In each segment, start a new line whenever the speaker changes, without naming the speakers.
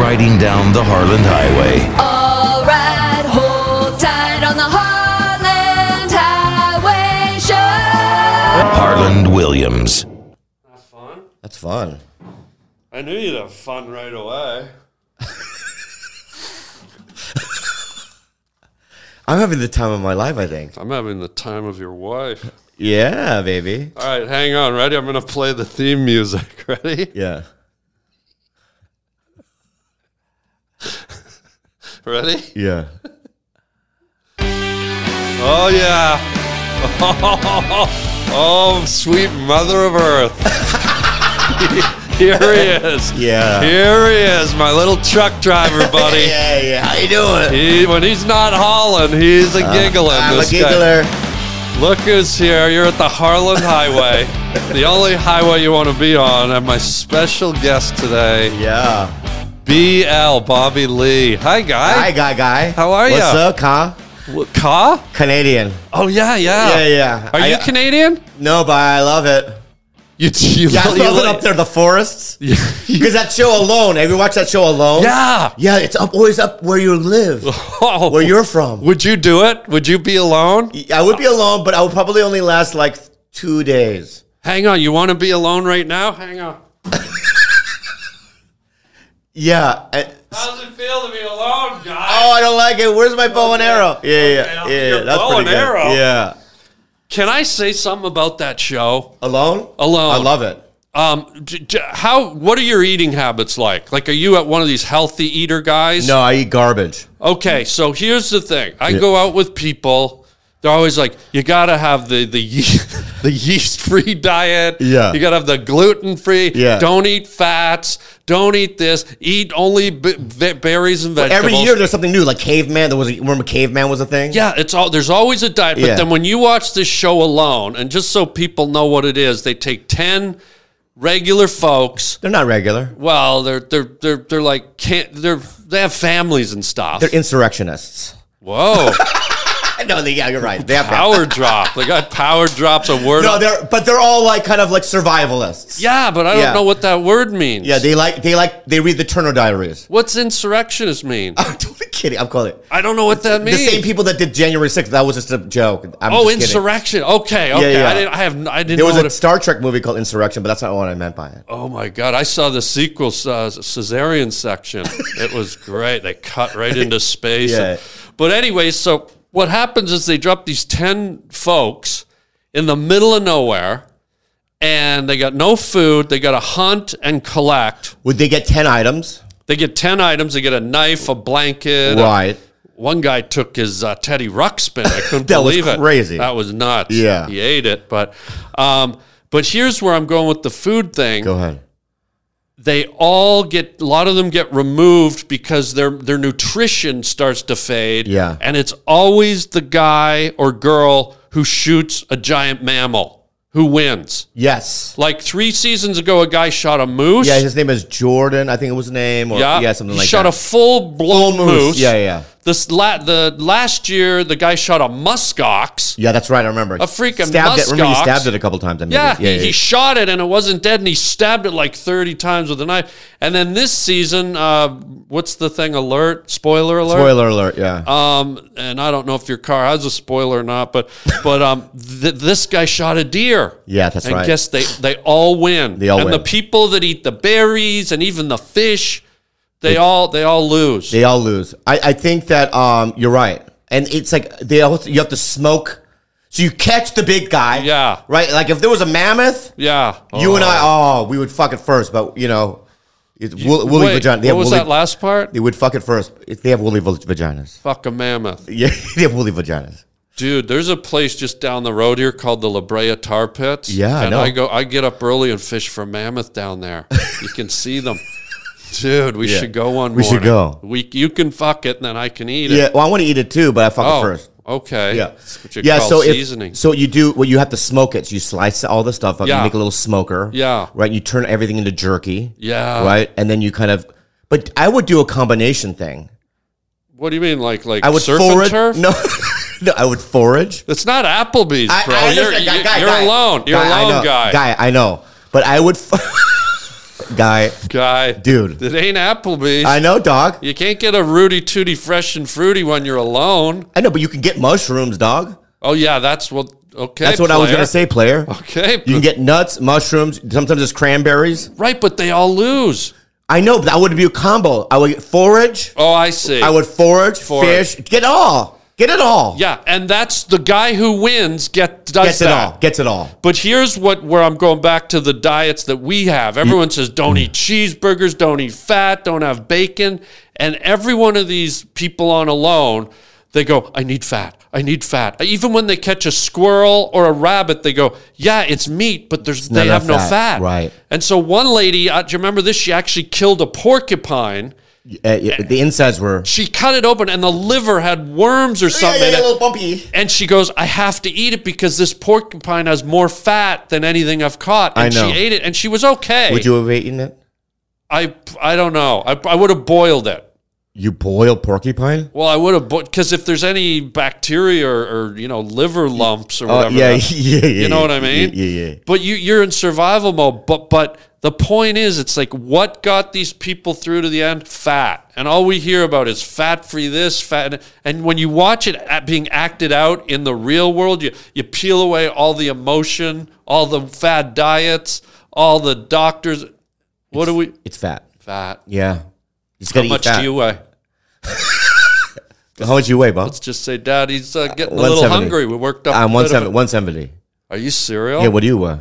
riding down the Harland Highway.
All right, hold tight on the Heartland Highway Show.
Harland Williams.
That's fun.
That's fun.
I knew you'd have fun right away.
I'm having the time of my life, I think.
I'm having the time of your wife.
Yeah, baby.
All right, hang on. Ready? I'm going to play the theme music. Ready?
Yeah.
Ready?
Yeah.
Oh, yeah. Oh, sweet mother of earth. Here he is.
Yeah.
Here he is, my little truck driver buddy.
Yeah, yeah. How you doing?
He, when he's not hauling, he's a giggling.
Uh, I'm a
this guy.
giggler.
Look who's here. You're at the Harlan Highway, the only highway you want to be on. And my special guest today,
Yeah.
BL Bobby Lee.
Hi,
Hi, guy.
guy, guy.
How are
What's
ya?
up, Ka?
What, Ka?
Canadian.
Oh, yeah, yeah.
Yeah, yeah.
Are you
I- uh,
Canadian?
No, but I love it.
You, you,
Yeah, I
you-
love it up there, the forests.
Yeah.
Because that show alone, have you watched that show alone?
yeah.
Yeah, it's up always up where you live,
Oh.
where you're from.
Would you do it? Would you be alone?
I would be alone, but I would probably only last like two days.
Hang on. You want to be alone right now? Hang on.
Yeah. I-
How does it feel to be alone, guy?
oh, I don't like it. Where's my bow and arrow? Yeah, yeah, yeah.
Okay,
yeah,
your
that's
bow
pretty
and
good.
arrow?
Yeah.
Can I say something about that show?
Alone?
Alone.
I love it.
Um, j- j- how? What are your eating habits like? Like, are you at one of these healthy eater guys?
No, I eat garbage.
Okay, so here's the thing. I go out with people. They're always like, you gotta have the the yeast, the yeast free diet.
Yeah.
You gotta have the gluten free.
Yeah.
Don't eat fats. Don't eat this. Eat only b- ve- berries and vegetables.
Every year there's something new, like caveman. There was a, remember caveman was a thing.
Yeah, it's all there's always a diet, but
Yeah.
then when you watch this show alone, and just so people know what it is, they take ten regular folks.
they're not regular.
Well, they're they're they're they're like can't they're they have families and stuff.
They're insurrectionists.
Whoa,
No, they, yeah, you're right. They have
power drop! They got power drops a word.
No, they're but they're all like kind of like survivalists.
yeah, but I don't
Yeah.
know what that word means.
Yeah, they like they like they read the Turner Diaries.
What's insurrectionist mean?
I'm totally kidding. I'm calling it.
I don't know what that
Uh, The
means.
same people that did January 6th. That was just a joke. I'm
oh,
just kidding.
insurrection. Okay, okay.
yeah.
I didn't. I have. n- I didn't.
There
know
was
what
a
it-
Star Trek movie called Insurrection, but that's not what I meant by it.
Oh my God! I saw the sequel, uh, Caesarean section. It was great. They cut right into space.
Yeah.
But anyway, so what happens is they drop these ten folks in the middle of nowhere, and they got no food. They got to hunt and collect.
Would they get ten items?
They get ten items. They get a knife, a blanket. a-
Right.
one guy took his uh, Teddy Ruxpin. I couldn't
That was
believe it.
crazy.
That was nuts.
Yeah.
He ate it, but. Um, but here's where I'm going with the food thing
Go ahead.
they all get a lot of them get removed because their their nutrition starts to fade.
Yeah.
And it's always the guy or girl who shoots a giant mammal who wins.
Yes.
Like three seasons ago, a guy shot a moose.
Yeah, his name is Jordan. I think it was his name, or yeah, something
he
like
shot
that.
a full blown moose.
Yeah, yeah,
This la- the last year, the guy shot a muskox.
yeah. That's right. I remember.
A freaking
stabbed it. Remember, he
muskox.
stabbed it a couple times. I mean,
Yeah, he, he shot it and it wasn't dead, and he stabbed it like thirty times with a knife. And then this season, uh, what's the thing? Alert! Spoiler alert!
Spoiler alert. Yeah.
Um, and I don't know if your car has a spoiler or not, but but um, th- this guy shot a deer.
Yeah, that's
and
right.
guess they they all win.
They all
and
win.
the people that eat the berries and even the fish, they, all they all lose.
They all lose. I, I think that um, you're right, and it's like they all you have to smoke, so you catch the big guy.
Yeah.
right. Like if there was a mammoth,
yeah,
you and I, oh, we would fuck it first. But you know, it, wool, woolly
Wait,
vagina. They
What
have
was
woolly,
that last part?
They would fuck it first. If they have woolly vag- vaginas.
Fuck a mammoth,
Yeah, they have woolly vaginas.
dude. There's a place just down the road here called the La Brea Tar Pits.
Yeah, I
and
know.
I go, I get up early and fish for mammoth down there. you can see them. Dude, we
Yeah.
should go one
We
morning.
should go.
We, you can fuck it, and then I can eat it. Oh,
Yeah, well, I want to eat it too, but I fuck it first.
Okay.
Yeah,
That's what you
yeah.
call
So if-
seasoning.
so you do well, you have to smoke it. So you slice all the stuff up.
Yeah.
You make a little smoker.
Yeah.
Right. You turn everything into jerky.
Yeah.
Right, and then you kind of. But I would do a combination thing.
what do you mean, like like
I would
surf
forage.
and turf?
No, no, I would forage.
It's not Applebee's,
I,
bro.
I-
you're
listen,
you're alone. You're
guy, I
alone,
know.
guy.
Guy, I know, but I would. f- guy.
guy.
Dude.
It ain't Applebee's.
I know, dog.
you can't get a Rudy Tooty fresh and fruity when you're alone.
I know, but you can get mushrooms, dog.
Oh yeah, that's what. Okay,
That's what I was
player.
gonna say, player.
Okay,
You can get nuts, mushrooms. Sometimes it's cranberries.
right, but they all lose.
I know but that would be a combo. I would get forage.
Oh, I see.
I would forage,
Forage.
fish. Get it all. Get it all.
Yeah, and that's the guy who wins get does
Gets it
that.
all. Gets it all.
But here's what where I'm going back to the diets that we have. Everyone says don't eat cheeseburgers, don't eat fat, don't have bacon, and every one of these people on alone, they go, I need fat. I need fat. Even when they catch a squirrel or a rabbit, they go, Yeah, it's meat, but there's
not
they have no
enough fat,
fat.
right.
And so one lady, uh, do you remember this? She actually killed a porcupine.
Uh, yeah, the insides were
She cut it open, and the liver had worms or something. in it.
bumpy.
And she goes, I have to eat it because this porcupine has more fat than anything I've caught.
I
And
know.
she ate it and she was okay.
Would you have eaten it?
I, I don't know. I, I would have boiled it.
You boil porcupine?
Well, I would have, because if there's any bacteria or, or, you know, liver lumps or
Oh
whatever,
yeah, yeah,
that-
yeah, yeah.
you know what I
yeah,
mean?
Yeah, yeah.
But you, you're in survival mode. But, but the point is, it's like, what got these people through to the end? Fat. And all we hear about is fat free this, fat. And when you watch it at- being acted out in the real world, you, you peel away all the emotion, all the fad diets, all the doctors. What do we?
It's fat.
Fat.
Yeah. You just
How
gotta eat
much
fat.
do you weigh?
How much you weigh, Bob?
Let's just say, Dad, he's uh, getting a little
170.
hungry. We worked up.
I'm
a bit
170,
of it.
170.
Are you cereal?
Yeah, what do you weigh?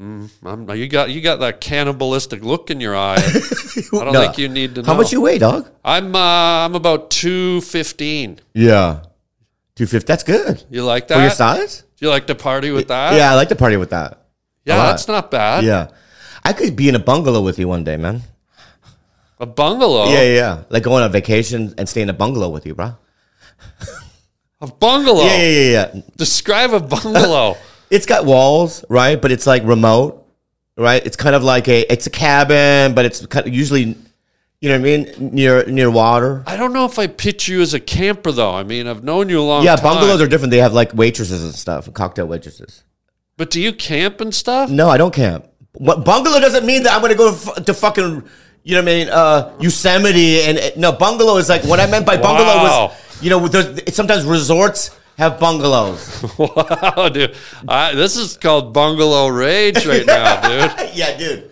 I'm, you got you got that cannibalistic look in your eye. I don't
No.
think you need to know.
How much you weigh, dog?
I'm uh, I'm about two fifteen.
Yeah. 250. That's good.
You like that?
For your size?
You like to party with that?
yeah, I like to party with that.
yeah.
a lot.
That's not bad.
Yeah. I could be in a bungalow with you one day, man.
A bungalow.
Yeah, yeah. Like go on a vacation and stay in a bungalow with you, bro.
A bungalow.
Yeah, yeah, yeah, yeah.
Describe a bungalow.
It's got walls, right? But it's like remote, right? It's kind of like a it's a cabin, but it's kind of usually you know what I mean, near near water.
I don't know if I pitch you as a camper though. I mean, I've known you a long
Yeah,
time.
bungalows are different. They have like waitresses and stuff, cocktail waitresses.
But do you camp and stuff?
No, I don't camp. What, bungalow doesn't mean that I'm gonna go to, f- to fucking, you know what I mean, uh, Yosemite and uh, no bungalow is like what I meant by bungalow
Wow.
was, you know, there's, sometimes resorts have bungalows.
wow, dude. I, this is called bungalow rage right now, dude.
yeah, dude.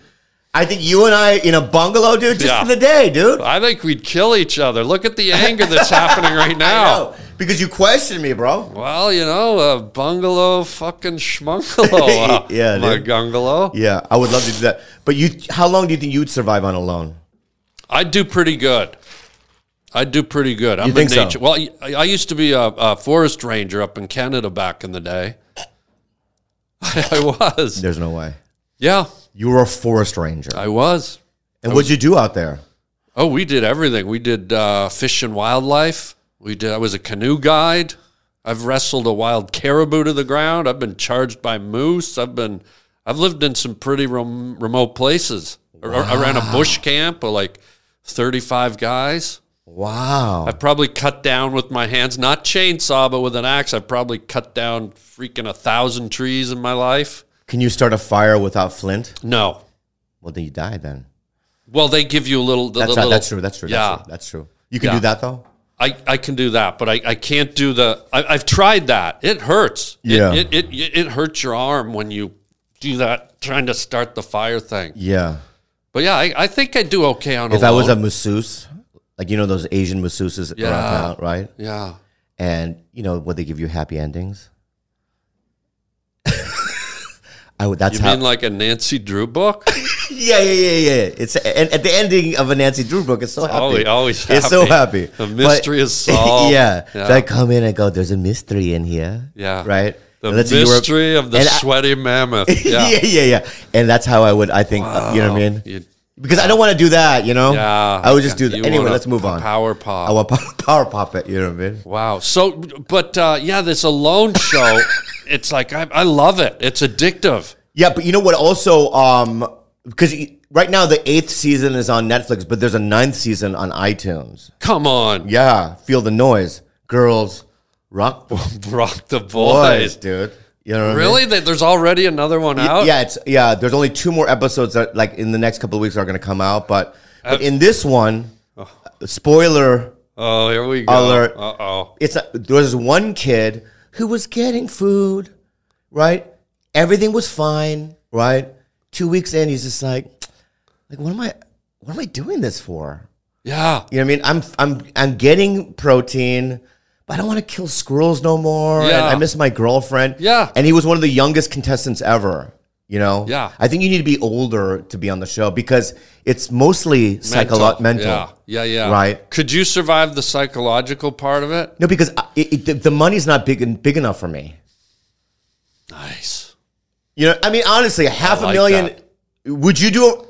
I think you and I in a bungalow, dude, just
Yeah.
for the day, dude.
I think we'd kill each other. Look at the anger that's happening right
I
now.
know, because you questioned me, bro.
Well, you know, uh, bungalow, fucking schmungalow. Uh,
Yeah,
my
dude.
gungalow.
Yeah, I would love to do that. But you, how long do you think you'd survive on alone?
I do pretty good. I do pretty good. I'm
think
a
so?
nature. Well, I, I used to be a, a forest ranger up in Canada back in the day. I, I was.
There's no way.
Yeah,
You were a forest ranger.
I was.
and what'd you do out there?
Oh, we did everything. We did uh, fish and wildlife. We did. I was a canoe guide. I've wrestled a wild caribou to the ground. I've been charged by moose. I've been. I've lived in some pretty rem- remote places. I- I ran a bush camp of like thirty-five guys.
Wow.
I've probably cut down with my hands, not chainsaw, but with an axe. I've probably cut down freaking a thousand trees in my life.
Can you start a fire without flint?
No.
Well, then you die then.
Well, they give you a little. The, the
That's, not,
little
that's true. That's true.
Yeah.
That's true. That's true. You can
Yeah.
do that though.
I, I can do that, but I, I can't do the. I, I've tried that. It hurts. It-
Yeah.
It, it, it, it hurts your arm when you do that, trying to start the fire thing.
Yeah.
But yeah, I, I think I do okay on
If
alone.
I was a masseuse, like you know those Asian masseuses that
Yeah.
around town, right?
Yeah.
And you know what they give you happy endings. I would. That's
You
how.
mean like a Nancy Drew book?
yeah, yeah, yeah, yeah. It's and at the ending of a Nancy Drew book, it's so happy.
always- always
It's so
happy.
happy.
The mystery is solved.
yeah.
Yeah.
So I come in and go. There's a mystery in here.
Yeah.
Right.
The
And let's say you were-
mystery of the
and I-
sweaty mammoth.
yeah.
Yeah.
yeah, yeah, And that's how I would. I think. uh, you know what I mean?
You-
Because I don't want to do that. You know.
yeah.
I would just
Yeah.
do
You
that. Anyway,
want a
let's move
p-
on.
Power pop.
I want power, power pop it. You know what I mean?
Wow. So, but uh, yeah, this alone show, it's like, I, I love it. It's addictive.
Yeah, but you know what? Also, um, because right now the eighth season is on Netflix, but there's a ninth season on iTunes.
Come on.
Yeah, feel the noise, girls, rock
Rock the
boys,
boys.
dude. You know what I mean?
Really? That There's already another one out?
Yeah, it's yeah. There's only two more episodes that like in the next couple of weeks are going to come out, but, but in this one, spoiler
Oh, here we go.
alert!
Uh oh.
It's a, there was one kid who was getting food, right? Everything was fine, right? Two weeks in, he's just like, like what am I, what am I doing this for?
Yeah.
You know what I mean? I'm I'm I'm getting protein, but I don't want to kill squirrels no more. and
Yeah.
I miss my girlfriend.
Yeah.
And he was one of the youngest contestants ever. You know?
Yeah.
I think you need to be older to be on the show because it's mostly psychological mental.
Yeah. Yeah. Yeah.
Right.
Could you survive the psychological part of it?
No, because I, it, it- the, the money's not big big enough for me.
Nice.
You know, I mean, honestly, half
like
a million. Would you do? it?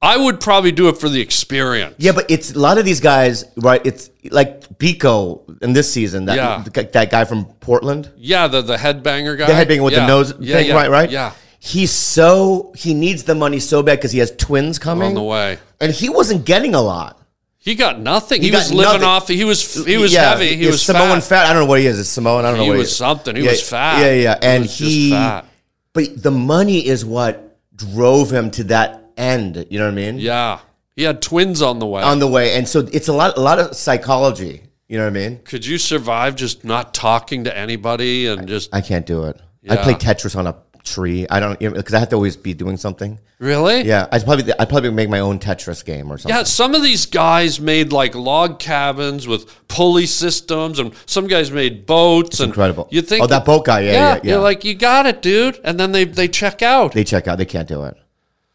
I would probably do it for the experience.
Yeah, but it's a lot of these guys, right? It's like Pico in this season. That
Yeah.
that guy from Portland.
Yeah. The, the headbanger guy.
the headbang with
Yeah.
the nose
Yeah,
thing,
yeah,
right? Right?
Yeah.
He's so he needs the money so bad because he has twins coming,
On the way.
and he wasn't getting a lot.
He got nothing. He,
got
was living
nothing.
off. He was he was
Yeah,
heavy. He
yeah,
was
Samoan
fat.
fat. I don't know what he is. It's Samoan. I don't
He
know. What
was
is.
something. He
Yeah,
was fat.
Yeah, yeah.
He
And
was just
he,
fat.
but the money is what drove him to that end. You know what I mean?
Yeah. He had twins on the way.
On the way, and so it's a lot, a lot of psychology. You know what I mean?
Could you survive just not talking to anybody and just
I can't do it. I
Yeah.
play Tetris on a tree. I don't because I have to always be doing something.
really?
Yeah, I probably, I probably make my own Tetris game or something.
Yeah, some of these guys made like log cabins with pulley systems, and some guys made boats. and
incredible.
You think?
Oh, that boat guy, yeah, yeah, yeah.
You're like, you got it, dude. And then they they check out.
they check out. They can't do it.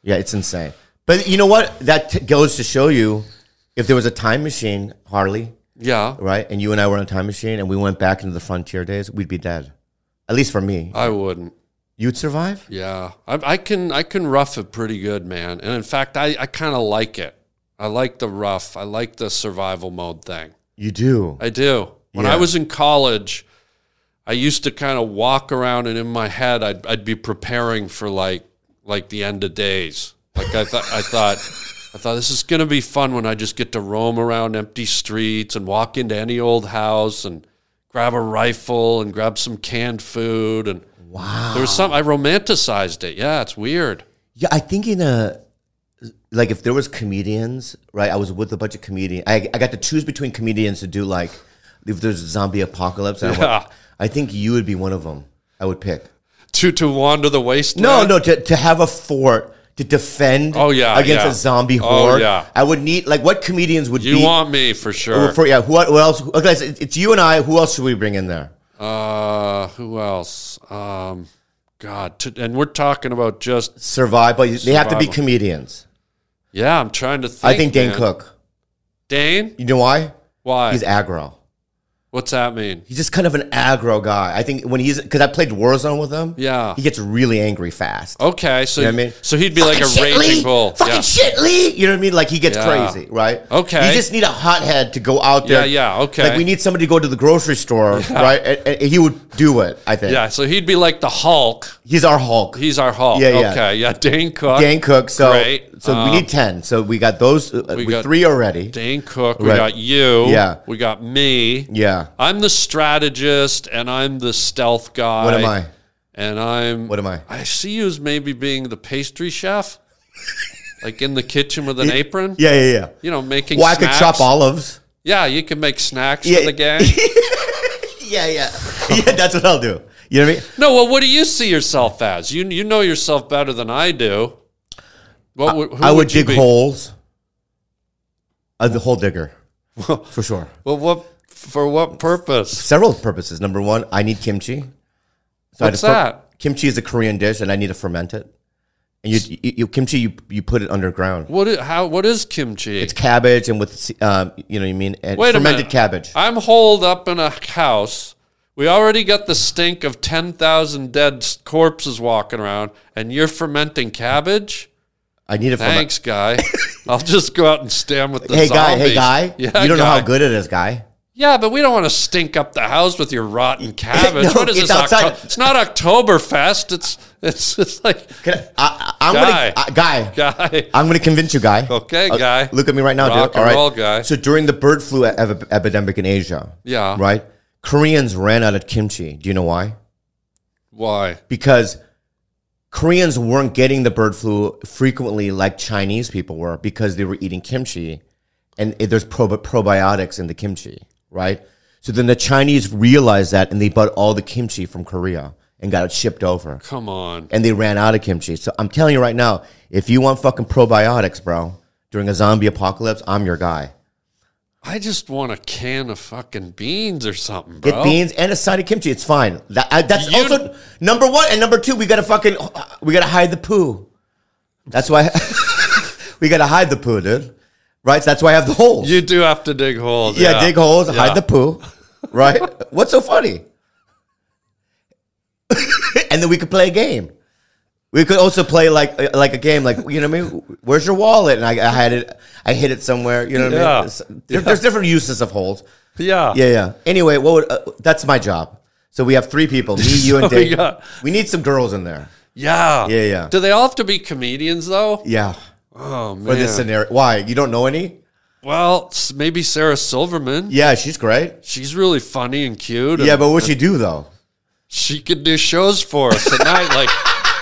Yeah, it's insane. But you know what? That t- goes to show you, if there was a time machine, Harley,
yeah,
right? And you and I were on a time machine, and we went back into the frontier days, we'd be dead. At least for me,
I wouldn't.
you'd survive.
Uh, Yeah, I, I can I can rough it pretty good, man. And in fact, I I kind of like it. I like the rough. I like the survival mode thing.
You do.
I do. When
Yeah.
I was in college, I used to kind of walk around and in my head I'd I'd be preparing for like like the end of days. Like I thought I thought I thought this is going to be fun when I just get to roam around empty streets and walk into any old house and grab a rifle and grab some canned food and wow. There was some I romanticized it. Yeah, it's weird.
Yeah, I think in a like if there was comedians, right? I was with a bunch of comedians. I, I got to choose between comedians to do like if there's a zombie apocalypse. and I went-
Yeah.
I think you would be one of them. I would pick.
To to wander the wasteland.
No, no, to, to have a fort to defend
Oh, yeah,
against
yeah.
a zombie
Oh,
horde.
yeah.
I would need like what comedians would
You
be
want me for sure.
for yeah, who, who else okay, it's, it's you and I, who else should we bring in there?
Uh, who else? Um, God, t- and we're talking about just
Survive, but they have to be
Survival.
comedians.
yeah. I'm trying to think.
I think Dan
man.
Cook.
Dane,
You know why?
why?
He's aggro.
What's that mean?
He's just kind of an aggro guy. I think when he's because I played Warzone with him.
Yeah.
he gets really angry fast.
Okay, so
You know what I mean?
so he'd be like a
Fucking shit,
raging
Lee!
bull.
Fucking
yeah.
shit, Lee! You know what I mean? Like he gets
Yeah.
crazy, right?
Okay.
You just need a hothead to go out there.
Yeah, yeah, okay.
Like we need somebody to go to the grocery store, right? And, and he would do it. I think.
yeah, so he'd be like the Hulk.
He's our Hulk.
He's our Hulk.
Yeah, yeah.
Okay, yeah. Dane Cook.
Dan Cook. So
Great. Um,
so we need ten. So we got those. Uh, we,
got-
three already.
Dane Cook. We
Right.
got you.
Yeah.
We got me.
yeah.
I'm the strategist and I'm the stealth guy.
What am I?
And I'm.
What am I?
I see you as maybe being the pastry chef, like in the kitchen with an apron.
Yeah, yeah, yeah.
You know, making.
Well, I
snacks.
could chop olives.
Yeah, you can make snacks
Yeah.
for the gang.
Yeah, yeah, yeah. That's what I'll do. You know what I mean?
no, well, what do you see yourself as? You you know yourself better than I do. What would, who
I would,
you
dig
be?
holes. Uh, the hole digger, for sure.
Well, what for? What purpose?
Several purposes. Number one, I need kimchi. So I
What's
had to fer-
that?
Kimchi is a Korean dish, and I need to ferment it. And you, you, you kimchi, you, you put it underground.
What? Is, how? What is kimchi?
It's cabbage, and with um, you know, what I mean, and
Wait a
fermented
minute.
cabbage.
I'm holed up in a house. We already got the stink of 10,000 dead s- corpses walking around, and you're fermenting cabbage?
I need to ferment.
Thanks, guy. I'll just go out and stand with the
Hey guy, hey
zombies.
guy,
Yeah,
you don't know how
guy.
good it is, guy.
Yeah, but we don't want to stink up the house with your rotten cabbage.
No,
what is
it's
this? Octo-
outside.
it's not Oktoberfest. It's it's just like
Can I, I, I'm gonna,
Guy.
uh, guy,
guy.
I'm going to convince you, guy.
Okay, guy.
Uh, Look at me right now,
Rock
dude.
and
All right,
roll, guy.
So during the bird flu e- epi- epidemic in Asia,
Yeah.
right, Koreans ran out of kimchi. Do you know why?
Why?
because Koreans weren't getting the bird flu frequently like Chinese people were because they were eating kimchi and it- there's prob- probiotics in the kimchi, right? So then the Chinese realized that and they bought all the kimchi from Korea and got it shipped over
Come on.
and they ran out of kimchi. So I'm telling you right now, if you want fucking probiotics, bro, during a zombie apocalypse, I'm your guy.
I just want a can of fucking beans or something, bro.
Get beans and a side of kimchi. It's fine. That, I, that's
You-
also number one and number two. We gotta fucking we gotta hide the poo. That's why we gotta hide the poo, dude. Right? So that's why I have the holes.
You do have to dig holes.
yeah, dig holes,
Yeah.
hide the poo. Right? What's so funny? and then we could play a game. We could also play like like a game, like you know what I mean. Where's your wallet? And I, I had it, I hid it somewhere. You know what I
Yeah.
mean. It's- there- There's different uses of holes.
Yeah.
Yeah, yeah. Anyway, what would, uh, that's my job. So we have three people, me, you, and
So we
Dave.
got-
We need some girls in there.
Yeah.
Yeah, yeah.
Do they all have to be comedians though?
Yeah.
Oh man.
For this scenario. Why? You don't know any?
Well, s- maybe Sarah Silverman.
Yeah, she's great.
She's really funny and cute. and
Yeah, but what'd she do though?
she could do shows for us at night, like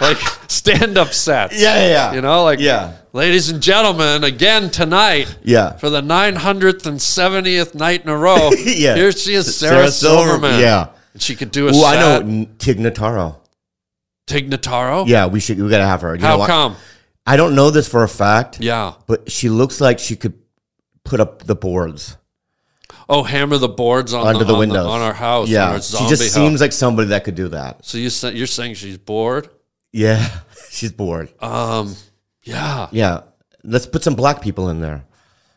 like stand up sets.
Yeah, yeah, yeah.
You know, like
Yeah.
ladies and gentlemen, again tonight.
Yeah.
For the nine hundredth and seventieth night in a row.
Yeah.
Here she is, Sarah,
Sarah Silverman,
Silverman.
yeah.
And she could do a
Oh, I
set.
know N- Tig Notaro.
Tig Notaro.
Yeah, we should. We gotta have her. You know
How
what?
come?
I don't know this for a fact.
Yeah.
but she looks like she could put up the boards
Oh, hammer the boards on
under
the,
the,
on
windows
on our house.
Yeah,
on our
she
zombie
just
house.
seems like somebody that could do that.
So you sa- you're saying she's bored?
Yeah, she's bored.
Um, yeah.
Yeah, let's put some black people in there.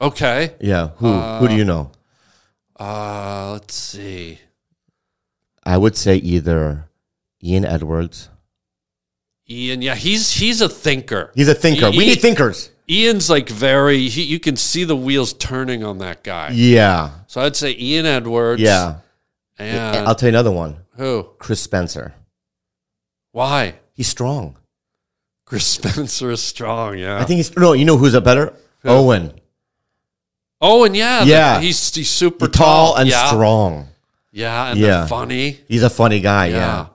Okay.
Yeah, who who do you know?
Uh, let's see.
I would say either Ian Edwards.
Ian, yeah, he's he's a thinker.
He's a thinker.
He-
we
he-
need thinkers.
Ian's like very. He, you can see the wheels turning on that guy.
Yeah,
So I'd say Ian Edwards.
yeah.
And
I'll tell you another one.
who?
Chris Spencer.
Why?
He's strong.
Chris Spencer is strong. Yeah.
I think he's no. You know who's a better Owen.
oh, and yeah, the-
Yeah.
he's he's super
Tall, tall and
yeah.
strong.
Yeah, and
Yeah.
they're funny.
He's a funny guy.
Yeah.
yeah.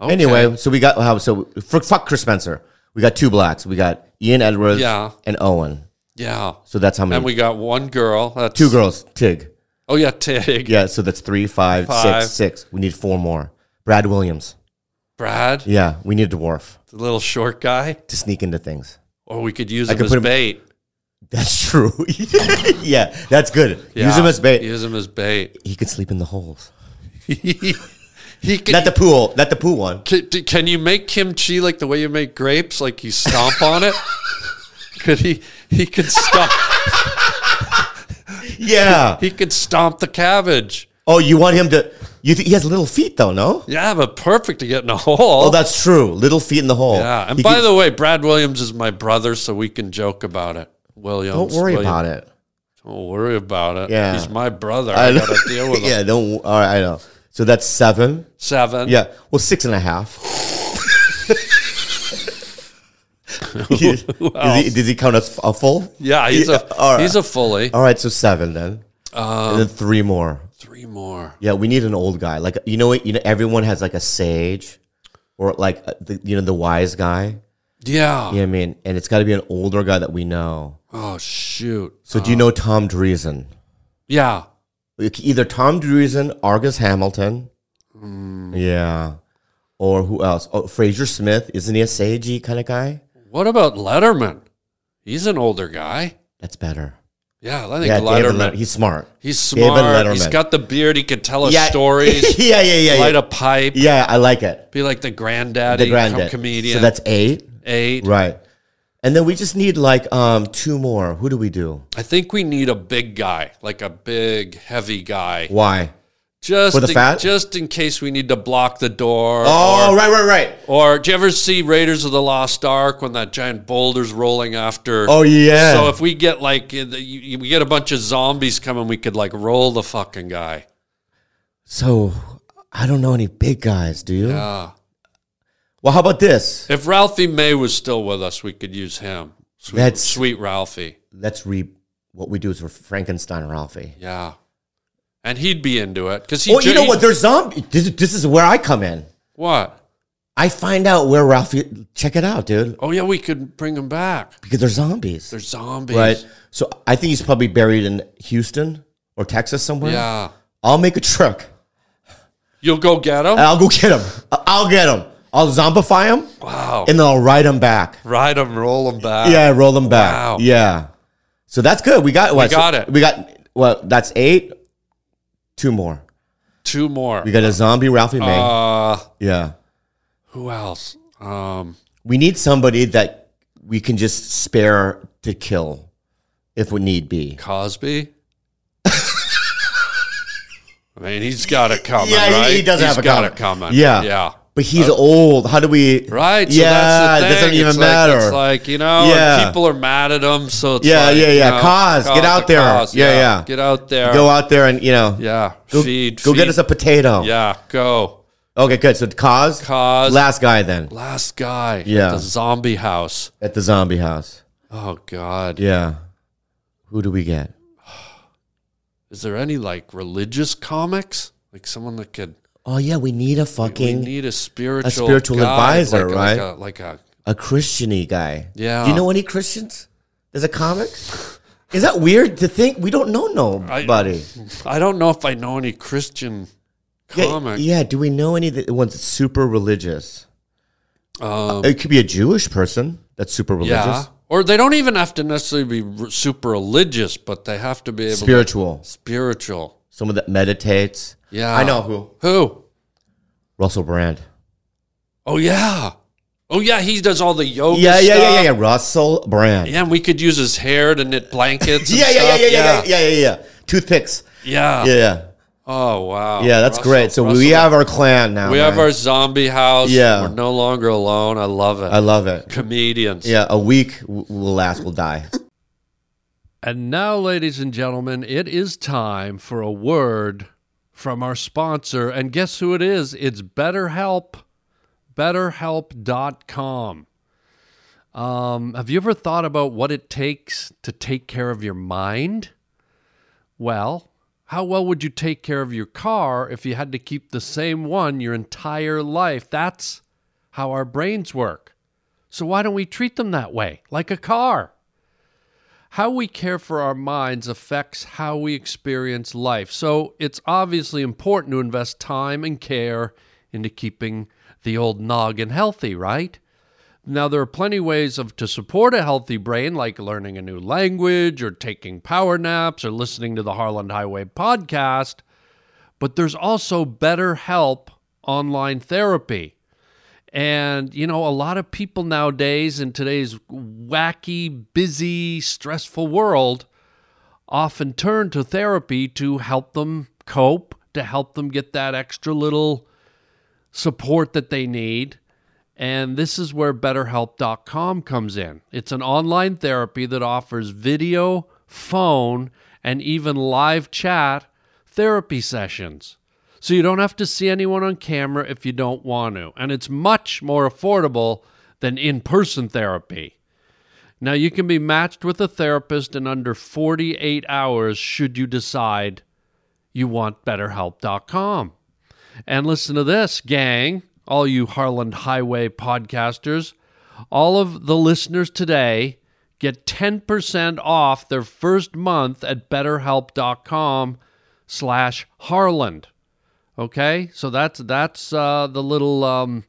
Okay.
Anyway, so we got how so for, fuck Chris Spencer. We got two blacks. We got Ian Edwards
Yeah.
and Owen.
Yeah.
So that's how many.
And we got one girl. That's
two girls. Tig.
Oh yeah, Tig.
Yeah. So that's three, five, six, six.
Five.
We need four more. Brad Williams.
Brad,
Yeah. We need a dwarf
the little short guy,
to sneak into things.
or we could use
I
him
could
as
put him-
bait.
That's true. yeah, that's good. Use
Yeah.
him as bait.
Use him as bait.
He could sleep in the holes.
he can,
Not the pool. Not the pool one.
Can, d- can you make kimchi like the way you make grapes? Like you stomp on it? Could he? He could stomp.
Yeah.
he could stomp the cabbage.
Oh, you want him to? You think he has little feet though? No.
Yeah, but perfect to get in a hole.
Oh, that's true. Little feet in the hole.
yeah. And
He
by
could-
the way, Brad Williams is my brother, so we can joke about it. Williams,
don't worry about it.
Don't worry about it.
Yeah.
he's my brother. I,
know.
gotta deal with him.
yeah, don't. All right, I know. So that's seven.
Seven.
Yeah, well, six and a half. does, he, does he count as a full?
yeah. He's
Yeah,
a
all right.
he's a fully.
All right, so seven then, and then three more.
Three more.
Yeah, we need an old guy. Like you know what? You know, everyone has like a sage, or like uh, the, you know the wise guy.
Yeah.
You know what I mean? And it's got to be an older guy that we know.
Oh shoot.
So do you know Tom Dreesen?
Yeah.
Like, Either Tom Dreesen, Argus Hamilton. Yeah. Or who else? Oh, Fraser Smith. Isn't he a sagey kind of guy?
What about Letterman? He's an older guy.
That's better.
Yeah, I think
Yeah, David
Letterman.
Letter-
he's,
He's smart. David
smart. He's
Letterman.
got the beard. He could tell us
yeah.
stories.
yeah, yeah, yeah.
light
Yeah.
a pipe.
yeah, I like it.
Be like the granddaddy,
The granddad.
comedian.
So that's eight.
eight.
Right. And then we just need like um two more. Who do we do?
I think we need a big guy, like a big, heavy guy,
Why?
just
For the
in,
fat?
just in case we need to block the door.
Oh,
or,
right, right, right.
or do you ever see Raiders of the Lost Ark when that giant boulder's rolling after?
Oh yeah.
So if we get like uh, the- you- you- we get a bunch of zombies coming, we could like roll the fucking guy.
so I don't know any big guys, do you?
Uh,
Well, how about this?
if Ralphie May was still with us, we could use him. Sweet,
That's-
sweet Ralphie.
Let's re what we do is we're Frankenstein Ralphie.
Yeah, and he'd be into it because he.
Well, you
ju-
know
he-
what? There's zombie. This, this is where I come in.
What?
I find out where Ralphie. Check it out, dude.
Oh yeah, we could bring them back.
Because they're zombies,
They're zombies.
right? So I think he's probably buried in Houston or Texas somewhere.
Yeah.
I'll make a truck.
You'll go get them.
I'll go get him. I'll get him. I'll zombify him,
wow.
and then I'll ride him back.
Ride them, roll them back.
yeah, roll him back.
Wow.
Yeah. So that's good. We got. What, so
got it.
We got. Well, that's eight. Two more.
Two more.
We got a zombie Ralphie May.
uh,
yeah.
who else? Um,
We need somebody that we can just spare to kill, if we need be.
Cosby. I mean, he's got it coming,
Yeah, he-
right?
he doesn't
He's
have a
got
comment.
it coming.
Yeah.
yeah.
But he's old. How do we?
Uh, Right. So
Yeah.
that's the
it doesn't
thing.
even
It's like-
matter.
it's like, you know,
Yeah.
and people are mad at him. So it's
Yeah,
like,
yeah,
you
yeah.
know,
Cause, get out
the
there. Yeah, yeah.
Get out there.
Go out there and you know.
Yeah.
Go,
feed.
Go get
feed.
us a potato.
Yeah. Go.
Okay. Good. So cause.
Cause.
Last guy then
Last guy. at
Yeah.
The zombie house.
at the zombie house.
Oh God.
Yeah. Who do we get?
Is there any like religious comics? Like someone that could.
Oh yeah, we need a
We
fucking
need a spiritual.
spiritual
guide,
advisor,
like,
right?
A, like, a, like
a Christiany guy.
Yeah.
Do you know any Christians? There's a comic. Is that weird to think? We don't know nobody.
a. I don't know if I know any Christian
Yeah,
comic.
Yeah, Do we know any that ones that's super religious?
Um,
It could be a Jewish person that's super religious,
Yeah. Or they don't even have to necessarily be r- super religious, but they have to be able
spiritual,
to spiritual.
someone that meditates.
Yeah.
I know who.
Who?
Russell Brand.
Oh yeah. Oh yeah, he does all the yoga
Yeah, yeah, yeah, yeah,
stuff.
yeah. Russell Brand.
Yeah, and we could use his hair to knit blankets. and
yeah, yeah, yeah,
stuff.
yeah, yeah, yeah, yeah, yeah. Toothpicks.
Yeah.
Yeah, yeah,
Oh wow.
yeah. That's
Russell-
great. So we
Russell-
have our clan now.
we have
man.
our zombie house.
Yeah.
We're no longer alone. I love it.
I love it.
Comedians.
Yeah, a week w- will last. We'll die.
And now, ladies and gentlemen, it is time for a word from our sponsor. And guess who it is? It's BetterHelp, betterhelp.com. Um, have you ever thought about what it takes to take care of your mind? Well, how well would you take care of your car if you had to keep the same one your entire life? That's how our brains work. So, why don't we treat them that way, like a car? how we care for our minds affects how we experience life. So it's obviously important to invest time and care into keeping the old noggin healthy, right? Now there are plenty ways of to support a healthy brain, like learning a new language or taking power naps or listening to the Harland Highway podcast. But there's also BetterHelp online therapy. And, you know, a lot of people nowadays in today's wacky, busy, stressful world often turn to therapy to help them cope, to help them get that extra little support that they need. And this is where BetterHelp.com comes in. It's an online therapy that offers video, phone, and even live chat therapy sessions. So you don't have to see anyone on camera if you don't want to. And it's much more affordable than in person therapy. Now, you can be matched with a therapist in under 48 hours should you decide you want BetterHelp.com. And listen to this, gang, all you Harland Highway podcasters. All of the listeners today get 10% off their first month at betterhelp.com slash Harland. Okay? So that's that's uh, the little um,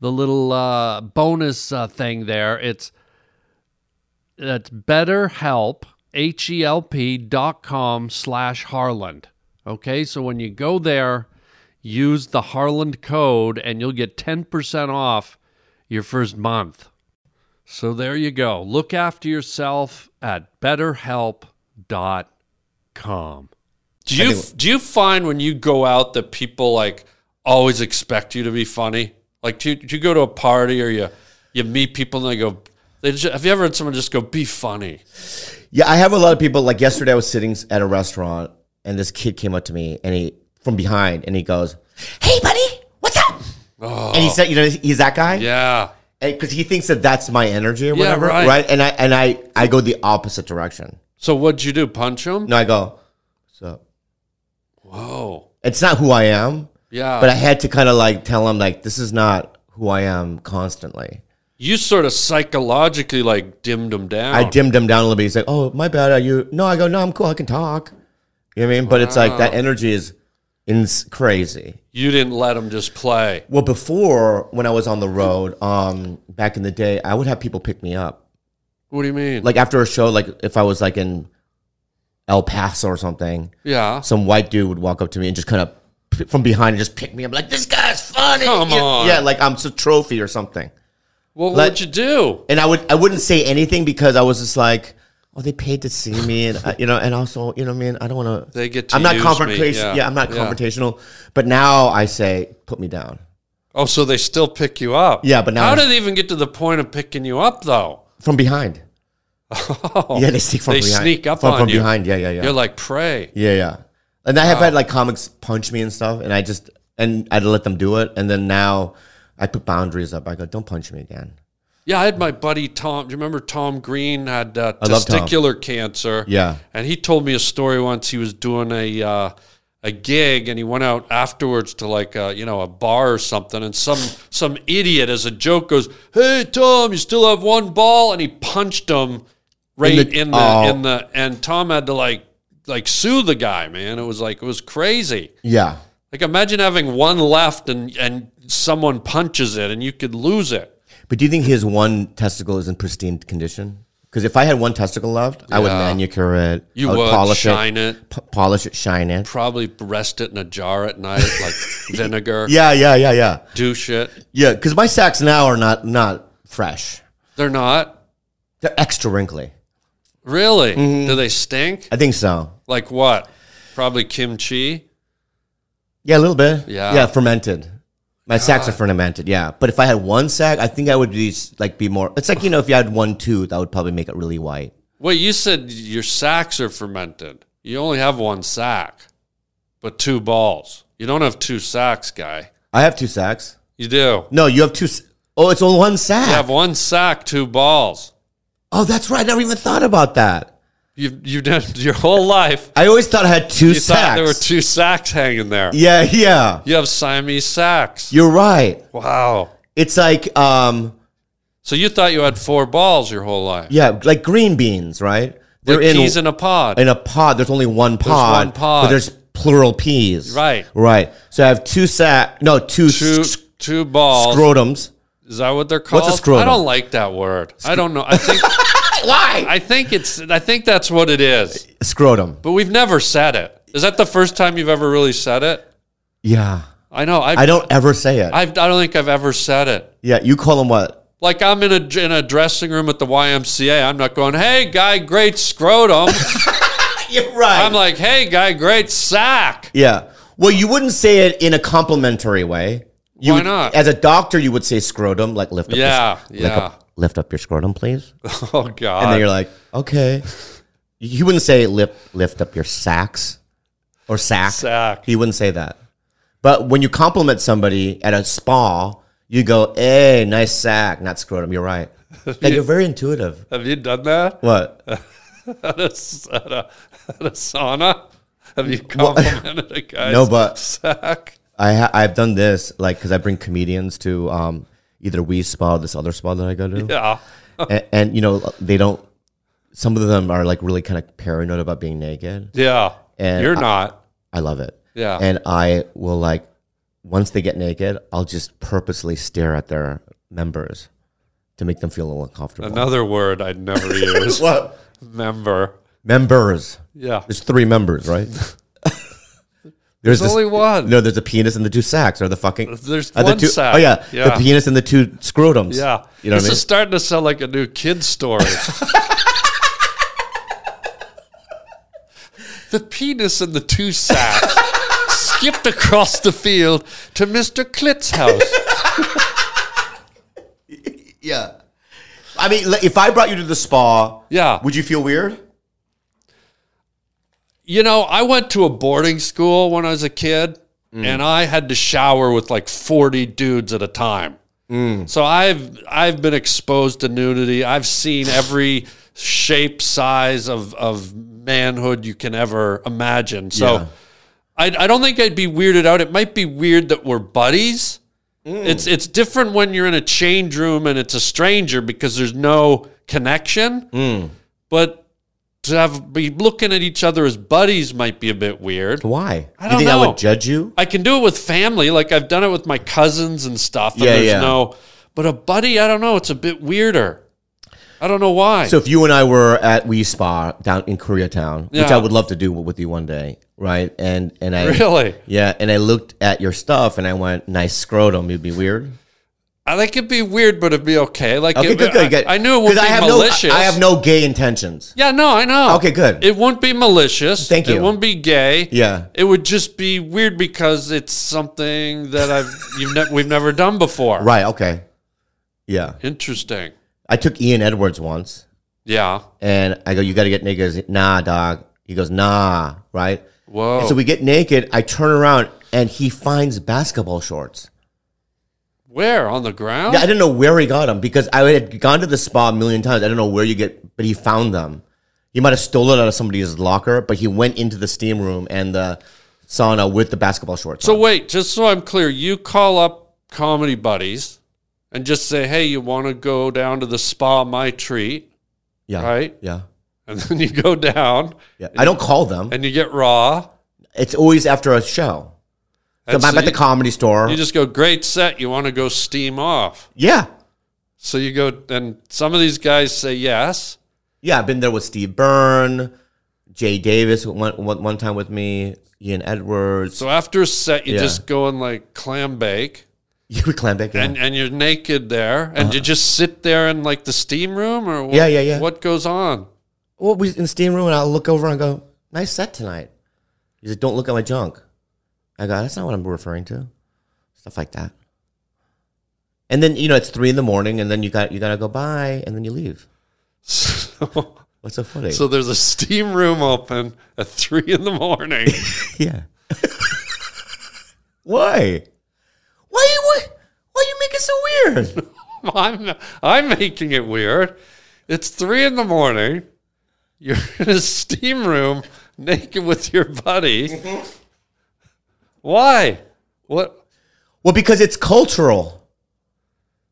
the little uh, bonus uh, thing there. It's that's betterhelp h-e-l-p dot com slash harland okay so when you go there use the harland code and you'll get 10% off your first month so there you go look after yourself at betterhelp.com do you do you find when you go out that people like always expect you to be funny? Like do you, do you go to a party or you you meet people and they go they just, have you ever heard someone just go be funny?
Yeah, I have a lot of people. Like yesterday, I was sitting at a restaurant, and this kid came up to me, and he from behind, and he goes, "Hey, buddy, what's up?" And he said, "You know, he's that guy,
Oh. Yeah.
because he thinks that that's my energy or
Yeah,
whatever,
right.
right. And I and I I go the opposite direction.
So what'd you do? Punch him?
No, I go, so
Whoa.
it's not who I am,
Yeah.
but I had to kind of like tell him like this is not who I am constantly.
You sort of psychologically like dimmed him down.
I dimmed him down a little bit. He's like, "Oh, my bad. Are you?" No, I go, "No, I'm cool. I can talk." You know what I mean? But it's like that energy is ins- crazy.
You didn't let him just play.
Well, before when I was on the road, um, back in the day, I would have people pick me up.
What do you mean?
Like after a show, like if I was like in El Paso or something,
yeah.
some white dude would walk up to me and just kind of p- from behind and just pick me up, like this guy's funny.
Come
You know?
on.
yeah, like I'm s- a trophy or something.
What
let-
would you do?
and I would I wouldn't say anything because I was just like, oh, they paid to see me, and I, you know, and also, you know, what I mean, I don't want
They get to
I'm not
use me,
confrontational.
yeah,
Yeah. I'm not
yeah.
confrontational. But now I say, put me down.
Oh, so they still pick you up.
Yeah, but now
how
I'm-
did they even get to the point of picking you up though?
from behind. yeah, they sneak from
They
behind.
sneak up
from,
on
from
you.
behind. Yeah, yeah, yeah,
You're like prey.
yeah, yeah. And I have had like comics punch me and stuff, and I just and I'd let them do it, and then now I put boundaries up. I go, don't punch me again.
Yeah, I had my buddy Tom. Do you remember Tom Green had uh,
love Tom.
testicular cancer?
Yeah.
and he told me a story once. He was doing a uh, a gig, and he went out afterwards to like a, you know a bar or something, and some some idiot as a joke goes, "Hey Tom, you still have one ball," and he punched him right in the
the-
in the,
Oh.
and Tom had to like like sue the guy. Man, it was like it was crazy.
Yeah,
Like imagine having one left and and someone punches it, and you could lose it.
but do you think his one testicle is in pristine condition? Because if I had one testicle left, I would
Yeah.
manicure it.
You
I
would shine it.
p- polish it, shine it.
probably rest it in a jar at night, like vinegar,
Yeah, yeah, yeah, yeah,
douche it.
yeah. Because my sacks now are not not fresh;
They're not
they're extra wrinkly.
really.
Mm-hmm.
Do they stink?
I think so.
Like what? Probably kimchi.
Yeah, a little bit.
Yeah.
yeah, fermented. My sacks are fermented. Yeah, but if I had one sack, I think I would be s- like be more. It's like you know, if you had one tooth, I would probably make it really white.
Wait, you said your sacks are fermented. You only have one sack, but two balls. You don't have two sacks, guy.
I have two sacks.
You do.
No, you have two. s- Oh, it's only one sack.
You have one sack, two balls.
oh, that's right. I never even thought about that.
You you did your whole life.
I always thought I had two
You
sacks.
thought there were two sacks hanging there.
Yeah, yeah.
You have Siamese sacks.
You're right.
wow.
It's like um.
So you thought you had four balls your whole life.
Yeah, like green beans, right? They're
like
in
peas
in
in a pod.
a, pod. There's only one pod.
one pod.
But there's plural peas.
Right.
Right. So I have two sac no, two,
two
sc-
two balls.
scrotums.
Is that what they're called?
What's a scrotum?
I don't like that word. I don't know. I think
Why?
I think it's I think that's what it is.
Scrotum.
But we've never said it. Is that the first time you've ever really said it?
Yeah.
I know. I've,
I don't ever say it.
I've, I don't think I've ever said it.
yeah, you call them what?
Like I'm in a in a dressing room at the YMCA. I'm not going, "Hey guy, great scrotum."
You're right.
I'm like, "Hey guy, great sack."
yeah. Well, you wouldn't say it in a complimentary way. You
Why
would-
not?
As a doctor, you would say scrotum, like lift up. your-
Yeah,
lift,
yeah.
up, lift up your scrotum, please.
Oh god.
And then you're like, okay. You wouldn't say lift lift up your sacks or sack.
Sack.
He wouldn't say that. But when you compliment somebody at a spa, you go, hey, nice sack, not scrotum. You're right. Like, you're very intuitive.
have you done that
What?
at a, at a, at a sauna? Have you complimented a guy's
No, but-
sack?
I ha- I've done this like because I bring comedians to um, either we spa or this other spa that I go to,
Yeah.
and, and you know they don't. Some of them are like really kind of paranoid about being naked.
Yeah.
And
You're
I-
not.
I love it.
Yeah.
And I will like once they get naked, I'll just purposely stare at their members to make them feel a little uncomfortable.
Another word I'd never use.
What?
Member.
Members.
Yeah.
There's three members, right? There's, this-
only one.
No, there's a penis and the two sacks, or the fucking.
There's
are the
one
two-
sack.
Oh yeah,
Yeah.
the penis and the two scrotums.
Yeah.
you know what I
this
mean.
is starting to sound like a new kid story. the penis and the two sacks skipped across the field to Mr. Clit's house.
Yeah. I mean, like, if I brought you to the spa,
Yeah.
would you feel weird?
You know, I went to a boarding school when I was a kid, and I had to shower with like forty dudes at a time. So I've I've been exposed to nudity. I've seen every shape, size of of manhood you can ever imagine. So
Yeah.
I, I don't think I'd be weirded out. It might be weird that we're buddies, It's it's different when you're in a change room and it's a stranger because there's no connection. But to have be looking at each other as buddies might be a bit weird.
Why?
I
you
don't
think I
know.
would judge you?
I can do it with family, like I've done it with my cousins and stuff. And
Yeah,
there's
yeah.
no but a buddy, I don't know, it's a bit weirder. I don't know why.
So if you and I were at We Spa down in Koreatown, which
Yeah.
I would love to do with you one day, right? And and I
really.
yeah, and I looked at your stuff and I went, nice scrotum. It'd be weird.
I think it'd be weird, but it'd be okay. Like
Okay,
it-
good, good, good.
I, I knew it would
'Cause
be
I have
malicious.
No, I have no gay intentions.
Yeah, no, I know.
Okay, good.
It won't be malicious.
Thank you.
It won't be gay.
Yeah.
It would just be weird because it's something that I've you've ne- we've never done before.
Right. Okay. Yeah.
Interesting.
I took Ian Edwards once,
Yeah. and
and I go, "You got to get naked." He goes, nah, dog. He goes, "Nah." Right.
Whoa.
And so we get naked. I turn around, and he finds basketball shorts.
Where on the ground?
Yeah, I didn't know where he got them because I had gone to the spa a million times. I don't know where you get, but he found them. He might have stolen it out of somebody's locker, but he went into the steam room and the sauna with the basketball shorts.
so
on.
wait, just so I'm clear, you call up comedy buddies and just say, "Hey, you want to go down to the spa? My treat."
yeah,
right?
yeah,
And then you go down
yeah. I don't call them.
and you get raw.
It's always after a show. So
And
I'm at the
you-
comedy store.
you just go, "Great set. You want to go steam off?"
yeah,
So you go, and some of these guys say yes.
yeah. I've been there with Steve Byrne, Jay Davis one, one, one time with me, Ian Edwards.
So after a set, you
Yeah.
just go and like clam bake,
you would clam back in.
and, and you're naked there, and you just sit there in like the steam room, or what,
Uh-huh. Yeah, yeah, yeah.
What goes on?
well, we in the steam room, and I look over and go, "Nice set tonight." He said, "Don't look at my junk." I go, "That's not what I'm referring to." Stuff like that. And then you know it's three in the morning, and then you got you gotta go bye, and then you leave.
So,
What's so funny?
so there's a steam room open at three in the morning.
yeah. Why? Why you why, why you make it so weird?
I'm I'm making it weird. It's three in the morning. You're in a steam room naked with your buddy. Why? What?
well, because it's cultural.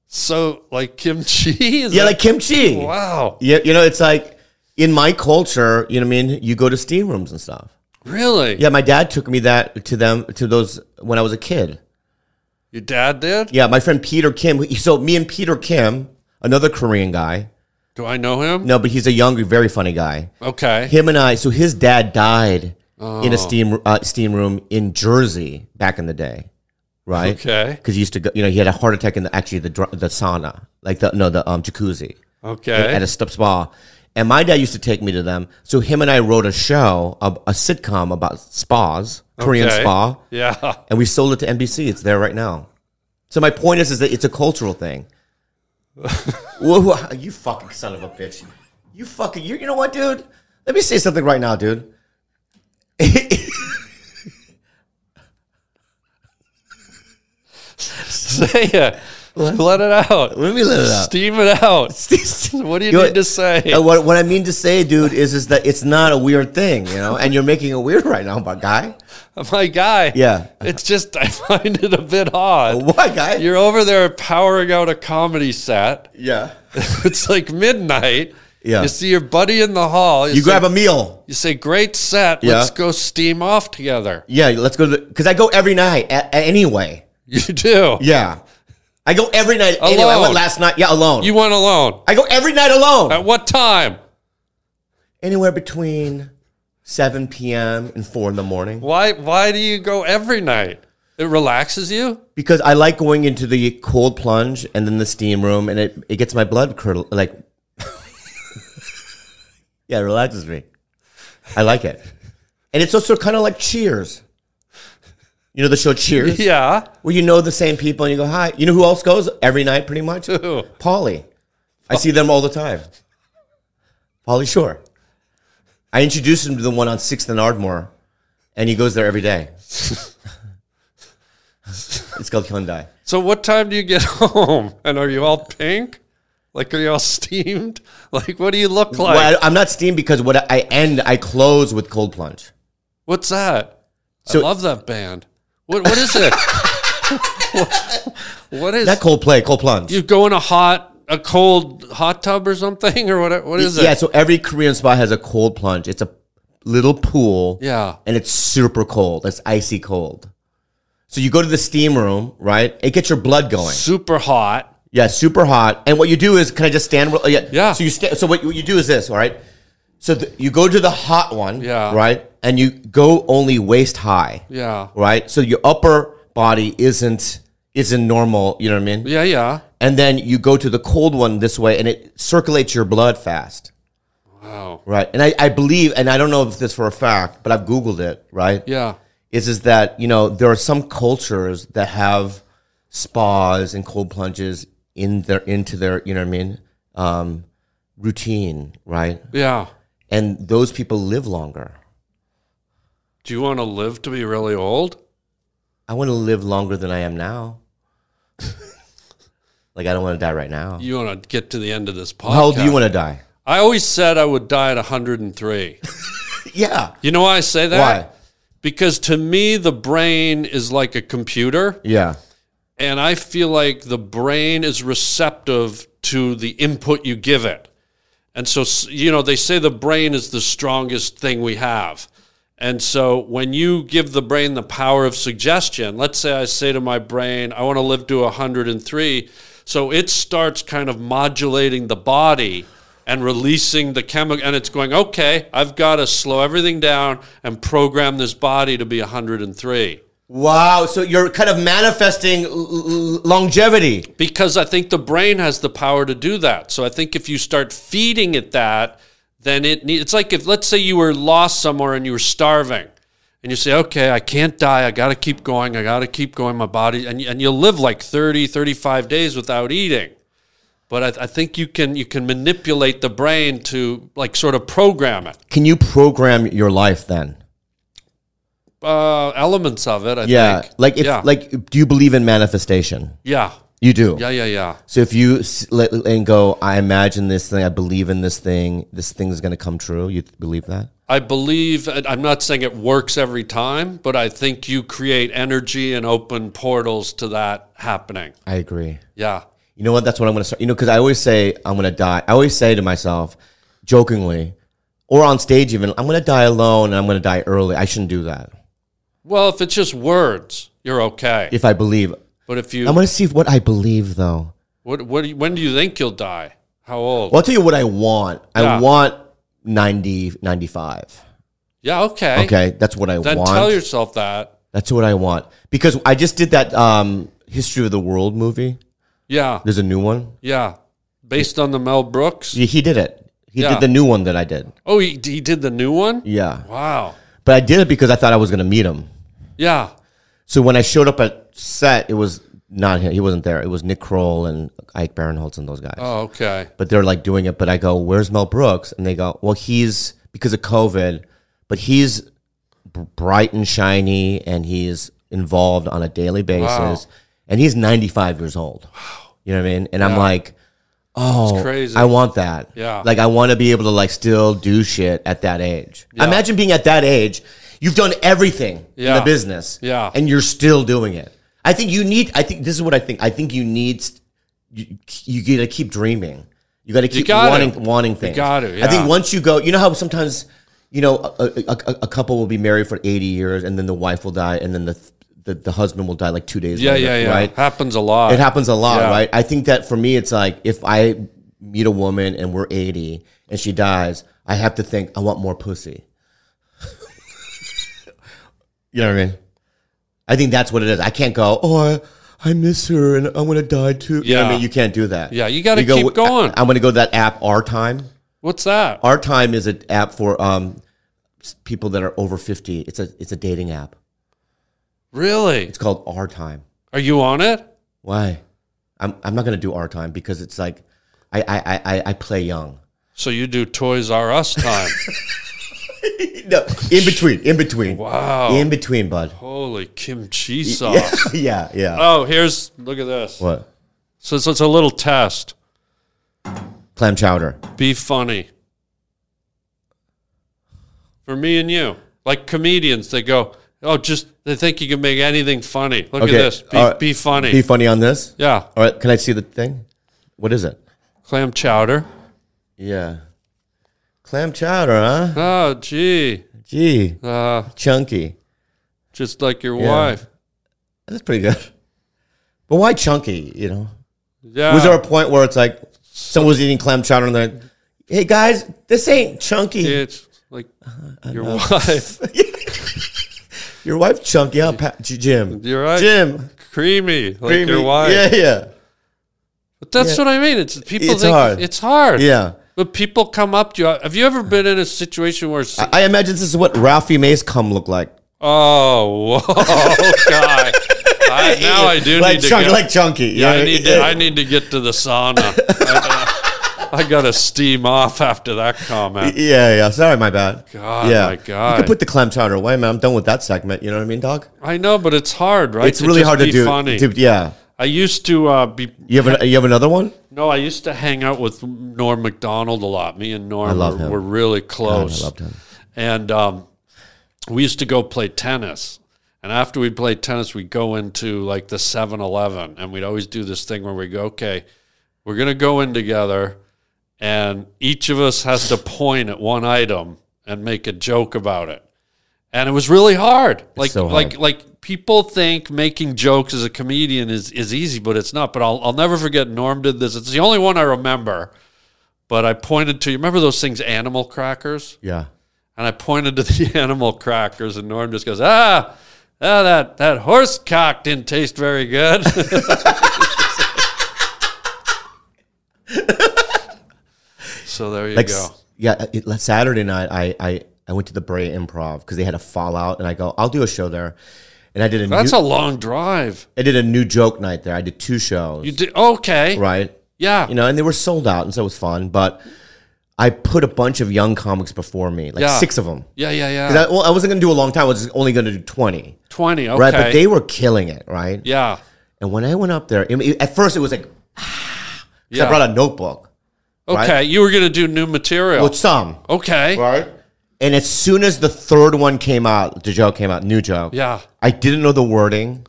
So like kimchi? Is
Yeah,
that-
like kimchi.
wow.
Yeah, you know it's like in my culture, you know what I mean. You go to steam rooms and stuff.
Really?
Yeah, my dad took me that to them to those when I was a kid.
Your dad did?
Yeah, my friend Peter Kim. he- So me and Peter Kim, another Korean guy.
Do I know him?
No, but he's a young, very funny guy.
Okay.
Him and I. So his dad died in
Oh.
a steam uh, steam room in Jersey back in the day, right?
Okay.
Because he used to go. You know, he had a heart attack in the actually the dr- the sauna, like the no the um jacuzzi
Okay.
at a st- spa. And my dad used to take me to them. So him and I wrote a show, a, a sitcom about spas, Korean
Okay.
spa.
Yeah.
and we sold it to NBC. It's there right now. So my point is, is that it's a cultural thing. Whoa, whoa, you fucking son of a bitch! You fucking you. You know what, dude? Let me say something right now, dude.
Say it. Let it out.
Let me let it out.
Steam it out. What do you,
You know
need to say?
Uh, What, what I mean to say, dude, is is that it's not a weird thing, you know. And you're making it weird right now, my guy.
My guy.
Yeah.
It's just I find it a bit odd.
What guy?
You're over there powering out a comedy set.
yeah.
It's like midnight.
Yeah.
You see your buddy in the hall.
You
say,
grab a meal.
You say, "Great set. Let's
Yeah.
go steam off together."
Yeah, let's go to because I go every night a, a- anyway.
You do.
Yeah, I go every night anyway. I
Alone.
went last night. Yeah, alone.
You went alone.
I go every night alone.
At what time?
anywhere between 7 p.m. and 4 in the morning
Why why do you go every night? It relaxes you?
because I like going into the cold plunge and then the steam room and it, it gets my blood curdle like yeah it relaxes me I like it and it's also kind of like Cheers you know the show Cheers
Yeah.
where you know the same people and you go hi you know who else goes every night pretty much
Who?
Paulie I see them all the time Paulie Shore I introduced him to the one on Sixth and Ardmore and he goes there every day. it's called Hyundai.
So what time do you get home? And are you all pink? Like are you all steamed? Like what do you look like?
well, I, I'm not steamed because what I, I end, I close with cold plunge.
What's that?
So-
I love that band. What what is it? What is
That cold play, cold plunge.
you go in a hot a cold hot tub or something or what what is it?
yeah, so every Korean spa has a cold plunge. It's a little pool.
Yeah.
And it's super cold. It's icy cold. So you go to the steam room, right? It gets your blood going.
Super hot.
Yeah, super hot. And what you do is, can I just stand? real- oh, Yeah.
Yeah.
So you sta- So what you, what you do is this, all right? So th- you go to the hot one,
Yeah.
right? And you go only waist high,
Yeah.
right? So your upper body isn't isn't normal. You know what I mean?
Yeah, yeah.
And then you go to the cold one this way, and it circulates your blood fast.
Wow.
Right. And I, I believe, and I don't know if this for a fact, but I've Googled it, right?
Yeah.
Is is that, you know, there are some cultures that have spas and cold plunges in their into their, you know what I mean, um, routine, right?
Yeah.
And those people live longer.
Do you want to live to be really old?
I want to live longer than I am now. like I don't want to die right now.
You want to get to the end of this podcast?
How old do you want to die?
I always said I would die at 103.
Yeah.
you know why I say that?
Why?
Because to me, the brain is like a computer,
Yeah.
and I feel like the brain is receptive to the input you give it. And so, s- you know, they say the brain is the strongest thing we have. And so, when you give the brain the power of suggestion, let's say I say to my brain, I want to live to 103. So it starts kind of modulating the body and releasing the chemical. And it's going, okay, I've got to slow everything down and program this body to be 103.
Wow. So you're kind of manifesting l- l- longevity.
because I think the brain has the power to do that. So I think if you start feeding it that, then it needs. It's like if let's say you were lost somewhere and you were starving, and you say, "Okay, I can't die. I got to keep going. I got to keep going. My body," and and you'll live like 30, 35 days without eating. But I, I think you can you can manipulate the brain to like sort of program it.
Can you program your life then?
Uh, elements of it, I
Yeah,
think.
like if
yeah.
like, do you believe in manifestation?
yeah,
You do.
yeah, yeah, yeah.
So if you s- let and go, I imagine this thing. I believe in this thing. This thing is going to come true. You th- believe that?
I believe, and I'm not saying it works every time, but I think you create energy and open portals to that happening.
I agree.
Yeah.
You know what? That's what I'm going to start. You know, because I always say I'm going to die. I always say to myself, jokingly, or on stage even, I'm going to die alone and I'm going to die early. I shouldn't do that.
Well, if it's just words, you're okay.
If I believe,
but if
I'm
you,
going to see if what I believe though.
what, what, do you- when do you think you'll die? How old?
Well, I'll tell you what I want.
Yeah.
I want 90, 95.
Yeah, okay.
Okay, that's what I
Then
want.
tell yourself that.
That's what I want because I just did that um, History of the World movie.
Yeah.
There's a new one.
Yeah. Based on the Mel Brooks.
He, he did it. He
Yeah.
did the new one that I did.
Oh, he, he did the new one?
Yeah,
Wow.
but I did it because I thought I was going to meet him.
Yeah.
So when I showed up at set, it was not him. He wasn't there. It was Nick Kroll and Ike Barinholtz and those guys.
Oh, okay.
But they're like doing it. But I go, "Where's Mel Brooks?" And they go, "Well, he's because of COVID, but he's b- bright and shiny, and he's involved on a daily basis, and he's 95 years old. You know what I mean? And I'm like." Oh,
crazy.
I want that.
Yeah.
Like I want to be able to like still do shit at that age. Imagine being at that age. You've done everything in
Yeah.
the business.
Yeah.
And you're still doing it. I think you need I think this is what I think. I think you need st- you, you got to keep dreaming. You got to keep
gotta.
wanting wanting things.
gotta,
I
yeah.
think once you go, you know how sometimes you know a, a, a, a couple will be married for 80 years and then the wife will die and then the the, the husband will die like 2 days
Yeah,
later,
yeah, yeah.
right?
Happens a lot.
It happens a lot,
Yeah.
right? I think that for me, it's like if I meet a woman and we're 80 and she dies, I have to think, I want more pussy. you know what I mean? I think that's what it is. I can't go, oh, I, I miss her and I want to die too. You know what I
Yeah.
mean? You can't do that.
Yeah, you gotta
go,
keep going.
I, am going to go to that app, Our Time.
What's that?
Our Time is an app for um, s- people that are over 50. It's a, it's a dating app.
Really?
It's called Our Time.
Are you on it?
Why? I'm I'm not gonna do our time because it's like I I I, I- I play young.
So you do Toys R Us time.
No, in between, in between.
Wow.
In between, bud.
Oh, Holy kimchi sauce.
Yeah, yeah, yeah.
Oh, here's look at this.
what?
So, so it's a little test.
Clam chowder.
Be funny. For me and you. Like comedians, they go, Oh, just they think you can make anything funny. Look
Okay.
at this. Be,
all right.
be funny.
Be funny on this.
yeah.
All right. Can I see the thing? What is it?
Clam chowder.
Yeah. Clam chowder, huh?
Oh, gee.
Gee,
Uh,
chunky.
just like your
Yeah.
wife.
That's pretty good. But why chunky? You know,
Yeah.
was there a point where it's like someone was eating clam chowder and they're, like, hey guys, this ain't chunky.
it's like
Uh,
your wife.
Your wife chunky, huh, pa- G- Jim?
You're right.
Jim.
Creamy. Like
creamy.
your wife.
Yeah, yeah,
But that's what I mean. It's people
It's
think
hard.
it's hard.
yeah.
But people come up to you. Have you ever been in a situation where s-
I imagine this is what Ralphie Mays cum looked like.
Oh, whoa, God. I, now I do
like
need to
chunky,
get,
like chunky.
yeah, I need to, I need to get to the sauna. I, got to steam off after that comment.
Yeah, yeah. Sorry, my bad.
God,
yeah.
my
You
God.
could put the clam chowder away, man. I'm done with that segment. You know what I mean, dog?
I know, but it's hard, right?
It's really
just
hard to
be
do.
Funny.
to- yeah.
I used to uh, be.
You have an, you have another one?
No, I used to hang out with Norm Macdonald a lot. Me and Norm
love
were,
him.
were really
God,
close.
I loved him.
and um, we used to go play tennis. And after we played tennis, we'd go into like the 7 Eleven and we'd always do this thing where we go, okay, we're going to go in together and each of us has to point at one item and make a joke about it. And it was really hard. Like,
so hard.
like, like people think making jokes as a comedian is, is easy, but it's not. But I'll, I'll never forget Norm did this. It's the only one I remember. But I pointed to, you remember those things, animal crackers?
Yeah.
And I pointed to the animal crackers, and Norm just goes, ah, ah that, that horse cock didn't taste very good. so there you
Like,
go.
s- yeah. uh, It, like, Saturday night, I, I, I went to the Bray Improv because they had a fallout, and I go, I'll do a show there. And I did a
That's
new,
a long drive.
I did a new joke night there. I did two shows.
You did okay.
right.
Yeah.
you know, and they were sold out, and so it was fun. But I put a bunch of young comics before me, like
Yeah.
six of them.
yeah, yeah, yeah.
'Cause I, well, I wasn't going to do a long time. I was only going to do twenty,
20. Okay.
right? But they were killing it, right?
yeah.
And when I went up there, I mean, at first it was like, ah, 'cause
Yeah.
I brought a notebook,
Okay. You were going to do new material.
well, some,
okay.
right? And as soon as the third one came out, the joke came out, new joke.
Yeah.
I didn't know the wording,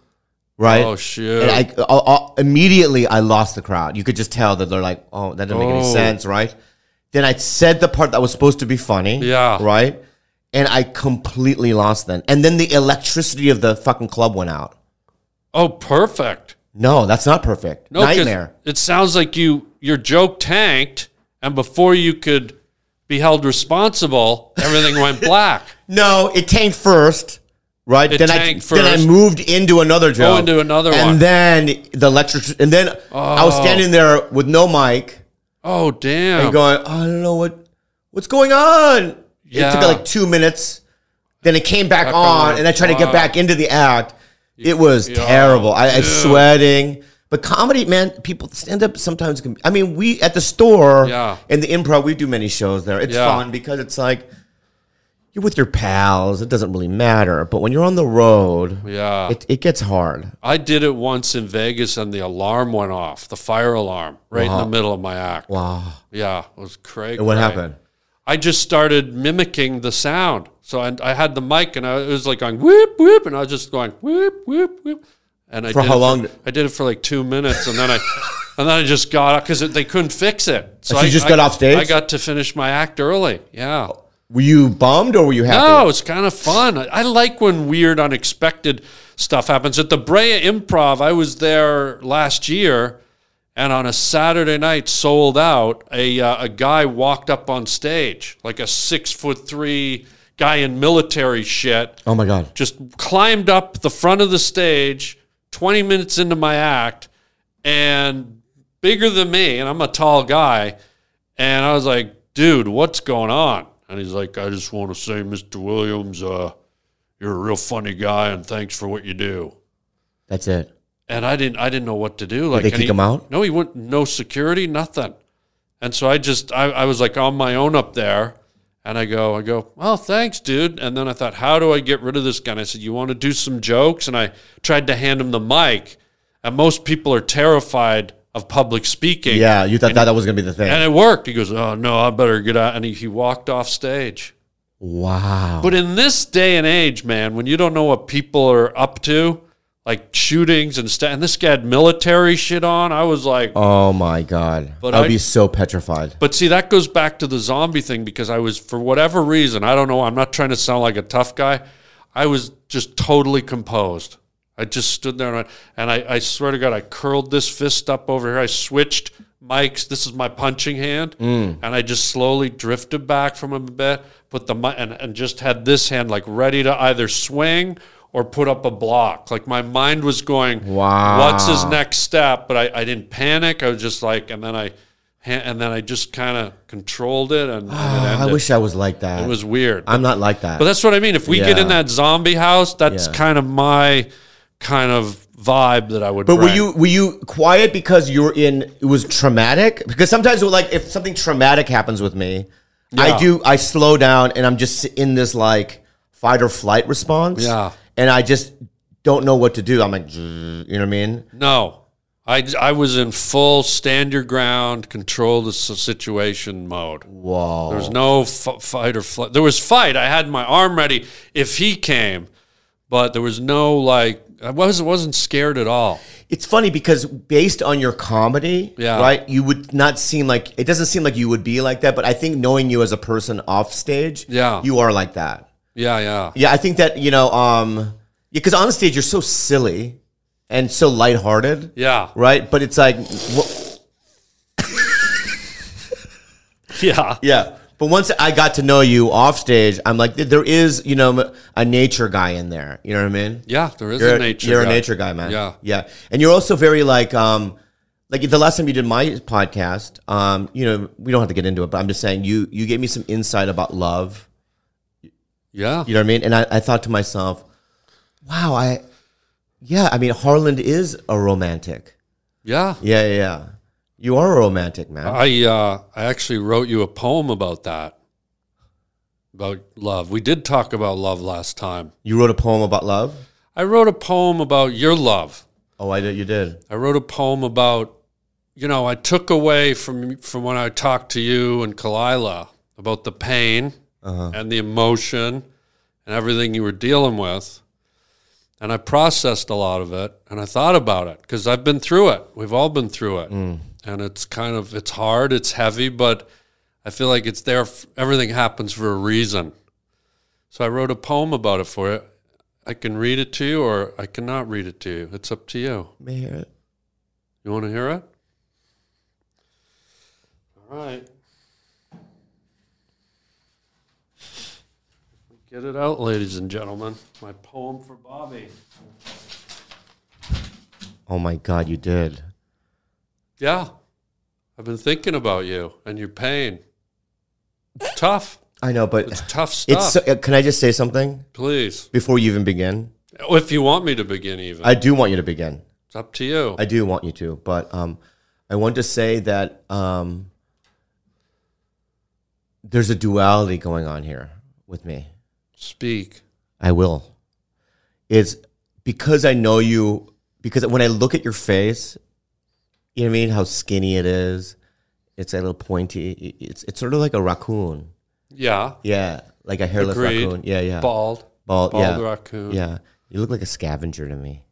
right?
Oh, shoot.
And I, I, I- immediately I lost the crowd. You could just tell that they're like, oh, that doesn't make
Oh.
any sense, right? Then I said the part that was supposed to be funny,
Yeah.
right? And I completely lost then. And then the electricity of the fucking club went out.
oh, perfect.
No, that's not perfect.
No, 'cause
Nightmare.
It sounds like you your joke tanked, and before you could be held responsible, everything went black.
No, it tanked first, right?
It
then I
tanked
then
first. Oh,
I moved into another joke.
into another
and
one.
then the electric. And then I was standing there with no mic.
Oh damn!
and going, I don't know what what's going on.
Yeah.
It took like two minutes. Then it came back,
Back
on,
on.
and I tried to
Wow.
get back into the act. It was terrible. I, I sweating. But comedy, man, people stand up sometimes. Can, I mean, we at the store
Yeah.
and the improv, we do many shows there. It's
Yeah.
fun because it's like you're with your pals. It doesn't really matter. But when you're on the road,
yeah,
it, it gets hard.
I did it once in Vegas, and the alarm went off, the fire alarm, right in the middle of my act.
Wow.
Yeah, it was crazy.
And what happened?
I just started mimicking the sound. So I, I had the mic and I, it was like going whoop whoop, and I was just going whoop whoop whoop. And I
For
did
how
it
long?
I did it for like two minutes, and then I and then I just got up because they couldn't fix it.
So
I
you just
I-
got off stage? Oh,
I got to finish my act early. Yeah.
Were you bummed or were you happy?
No, it's kind of fun. I, I like when weird, unexpected stuff happens. At the Brea Improv, I was there last year, and on a Saturday night, sold out. A uh, a guy walked up on stage, like a six foot three guy in military shit,
Oh my god.
just climbed up the front of the stage. Twenty minutes into my act, and bigger than me, and I'm a tall guy. And I was like, dude, what's going on? And he's like, I just want to say, Mr. Williams, uh, you're a real funny guy, and thanks for what you do.
That's it.
And I didn't, I didn't know what to do. Like,
they
and
kick
he-
him out?
No, he wouldn't. No security, nothing. And so I just, I, I was like on my own up there, and I go, I go, well, thanks, dude. And then I thought, how do I get rid of this guy? And I said, you want to do some jokes? And I tried to hand him the mic, and most people are terrified of public speaking.
Yeah, you thought that, that was gonna be the thing.
And it worked. He goes, Oh, no, I better get out. And he, he walked off stage.
Wow.
But in this day and age, man, when you don't know what people are up to, like shootings and stuff, and this guy had military shit on, I was like,
Oh my god.
But
I'd
I-
be so petrified.
But see, that goes back to the zombie thing because I was, for whatever reason, I don't know, I'm not trying to sound like a tough guy. I was just totally composed. I just stood there and I, and I, I swear to God, I curled this fist up over here. I switched mics. This is my punching hand. And I just slowly drifted back from him a bit, put the mi- and, and just had this hand like ready to either swing or put up a block. Like my mind was going,
Wow.
What's his
Uh-huh.
next step? But I, I didn't panic. I was just like, and then I, ha- and then I just kind of controlled it, and, and it
Oh, I
ended.
wish I was like that.
it was weird.
I'm not like that.
but that's what I mean. If we get in
Yeah.
that zombie house, that's
Yeah.
kind of my kind of vibe that I would.
But were
bring.
you were you quiet because you were in it was traumatic? Because sometimes like if something traumatic happens with me,
Yeah.
I do I slow down and I'm just in this like fight or flight response.
Yeah.
And I just don't know what to do. I'm like, "Zzz," you know what I mean?
No, I I was in full stand your ground, control the s- situation mode.
Whoa.
There was no f- fight or flight. There was fight. I had my arm ready if he came, but there was no like. I was wasn't scared at all.
It's funny because based on your comedy,
Yeah.
right, you would not seem like it doesn't seem like you would be like that. But I think knowing you as a person off stage,
Yeah.
you are like that.
Yeah, yeah.
Yeah, I think that you know, um, yeah, because on stage you're so silly and so lighthearted,
Yeah.
right? But it's like, wha-
Yeah.
yeah. But once I got to know you off stage, I'm like, there is, you know, a nature guy in there. You know what I mean?
Yeah, there is
you're,
a nature.
you're
guy.
a nature guy, man.
Yeah.
yeah. And you're also very like, um, like the last time you did my podcast, um, you know, we don't have to get into it, but I'm just saying, you you gave me some insight about love.
Yeah.
You know what I mean? And I, I thought to myself, wow, I, yeah, I mean, Harland is a romantic.
Yeah.
Yeah, yeah, yeah. You are a romantic, man.
I uh, I actually wrote you a poem about that. About love. We did talk about love last time.
you wrote a poem about love.
I wrote a poem about your love.
Oh, I did. You did.
I wrote a poem about you know, I took away from from when I talked to you and Kalila about the pain and the emotion and everything you were dealing with. And I processed a lot of it and I thought about it because I've been through it. We've all been through it. And it's kind of it's hard, it's heavy, but I feel like it's there f- everything happens for a reason. So I wrote a poem about it for it. I can read it to you or I cannot read it to you. It's up to you.
Let me hear it.
You want to hear it? All right. Get it out, ladies and gentlemen. My poem for Bobby.
Oh my God, you did.
Yeah. I've been thinking about you and your pain. Tough.
I know, but
It's tough stuff.
it's. So, uh, can I just say something
Please.
before you even begin?
Oh, If you want me to begin, even.
I do want you to begin.
it's up to you.
I do want you to, but um, I want to say that um, there's a duality going on here with me.
Speak.
I will. It's because I know you, because when I look at your face, you know what I mean? How skinny it is. It's a little pointy. It- It's, it's sort of like a raccoon.
Yeah.
Yeah. Like a hairless
Agreed.
raccoon. Yeah, yeah.
Bald.
Bald,
Bald
yeah.
raccoon.
Yeah. You look like a scavenger to me.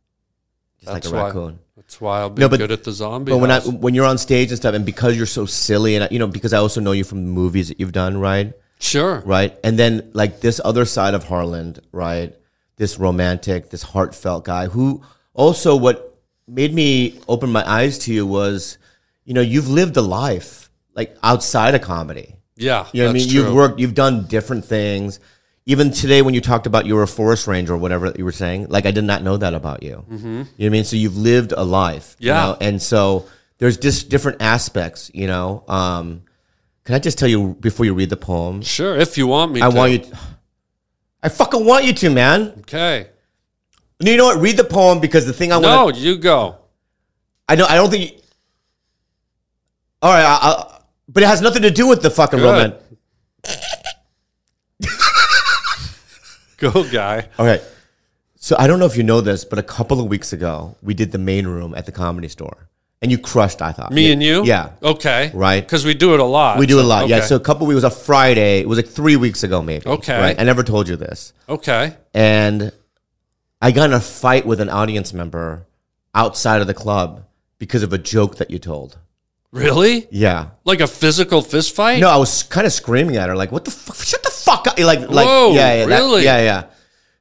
Just
That's
like a
why.
raccoon.
That's why I'll be
No, but-
good at the zombie.
But when I
house.
when you're on stage and stuff, and because you're so silly, and I, you know, because I also know you from the movies that you've done, right?
sure.
right? And then like this other side of Harland, right? This romantic, this heartfelt guy who also what made me open my eyes to you was, you know, you've lived a life like outside of comedy.
Yeah.
You know what I
that's
mean? You've
true.
worked, you've done different things. Even today, when you talked about you were a forest ranger or whatever that you were saying, like I did not know that about you. Mm-hmm. You know what I mean? So you've lived a life. you
Yeah.
know? And so there's just different aspects, you know. Um, can I just tell you before you read the poem?
Sure, if you want me
I
to.
want you. To, I fucking want you to, man.
Okay.
And You know what? Read the poem because the thing I
No,
want.
you go.
I don't. I don't think. You, all right, I, I, but it has nothing to do with the fucking
Good.
romance.
Go, guy.
Okay. So I don't know if you know this, but a couple of weeks ago, we did the main room at the comedy store. and you crushed. I thought
Me
Yeah.
and you?
Yeah.
Okay.
Right.
Because we do it a lot.
We do a lot. Yeah.
okay.
So a couple weeks it was a Friday. It was like three weeks ago, maybe.
Okay.
Right. I never told you this.
Okay.
And I got in a fight with an audience member outside of the club because of a joke that you told.
Really?
Yeah.
Like a physical fist fight?
No, I was kind of screaming at her, like, "What the fuck? Shut the fuck up!" Like, like,
Whoa,
yeah, yeah, that-
really?
yeah, yeah.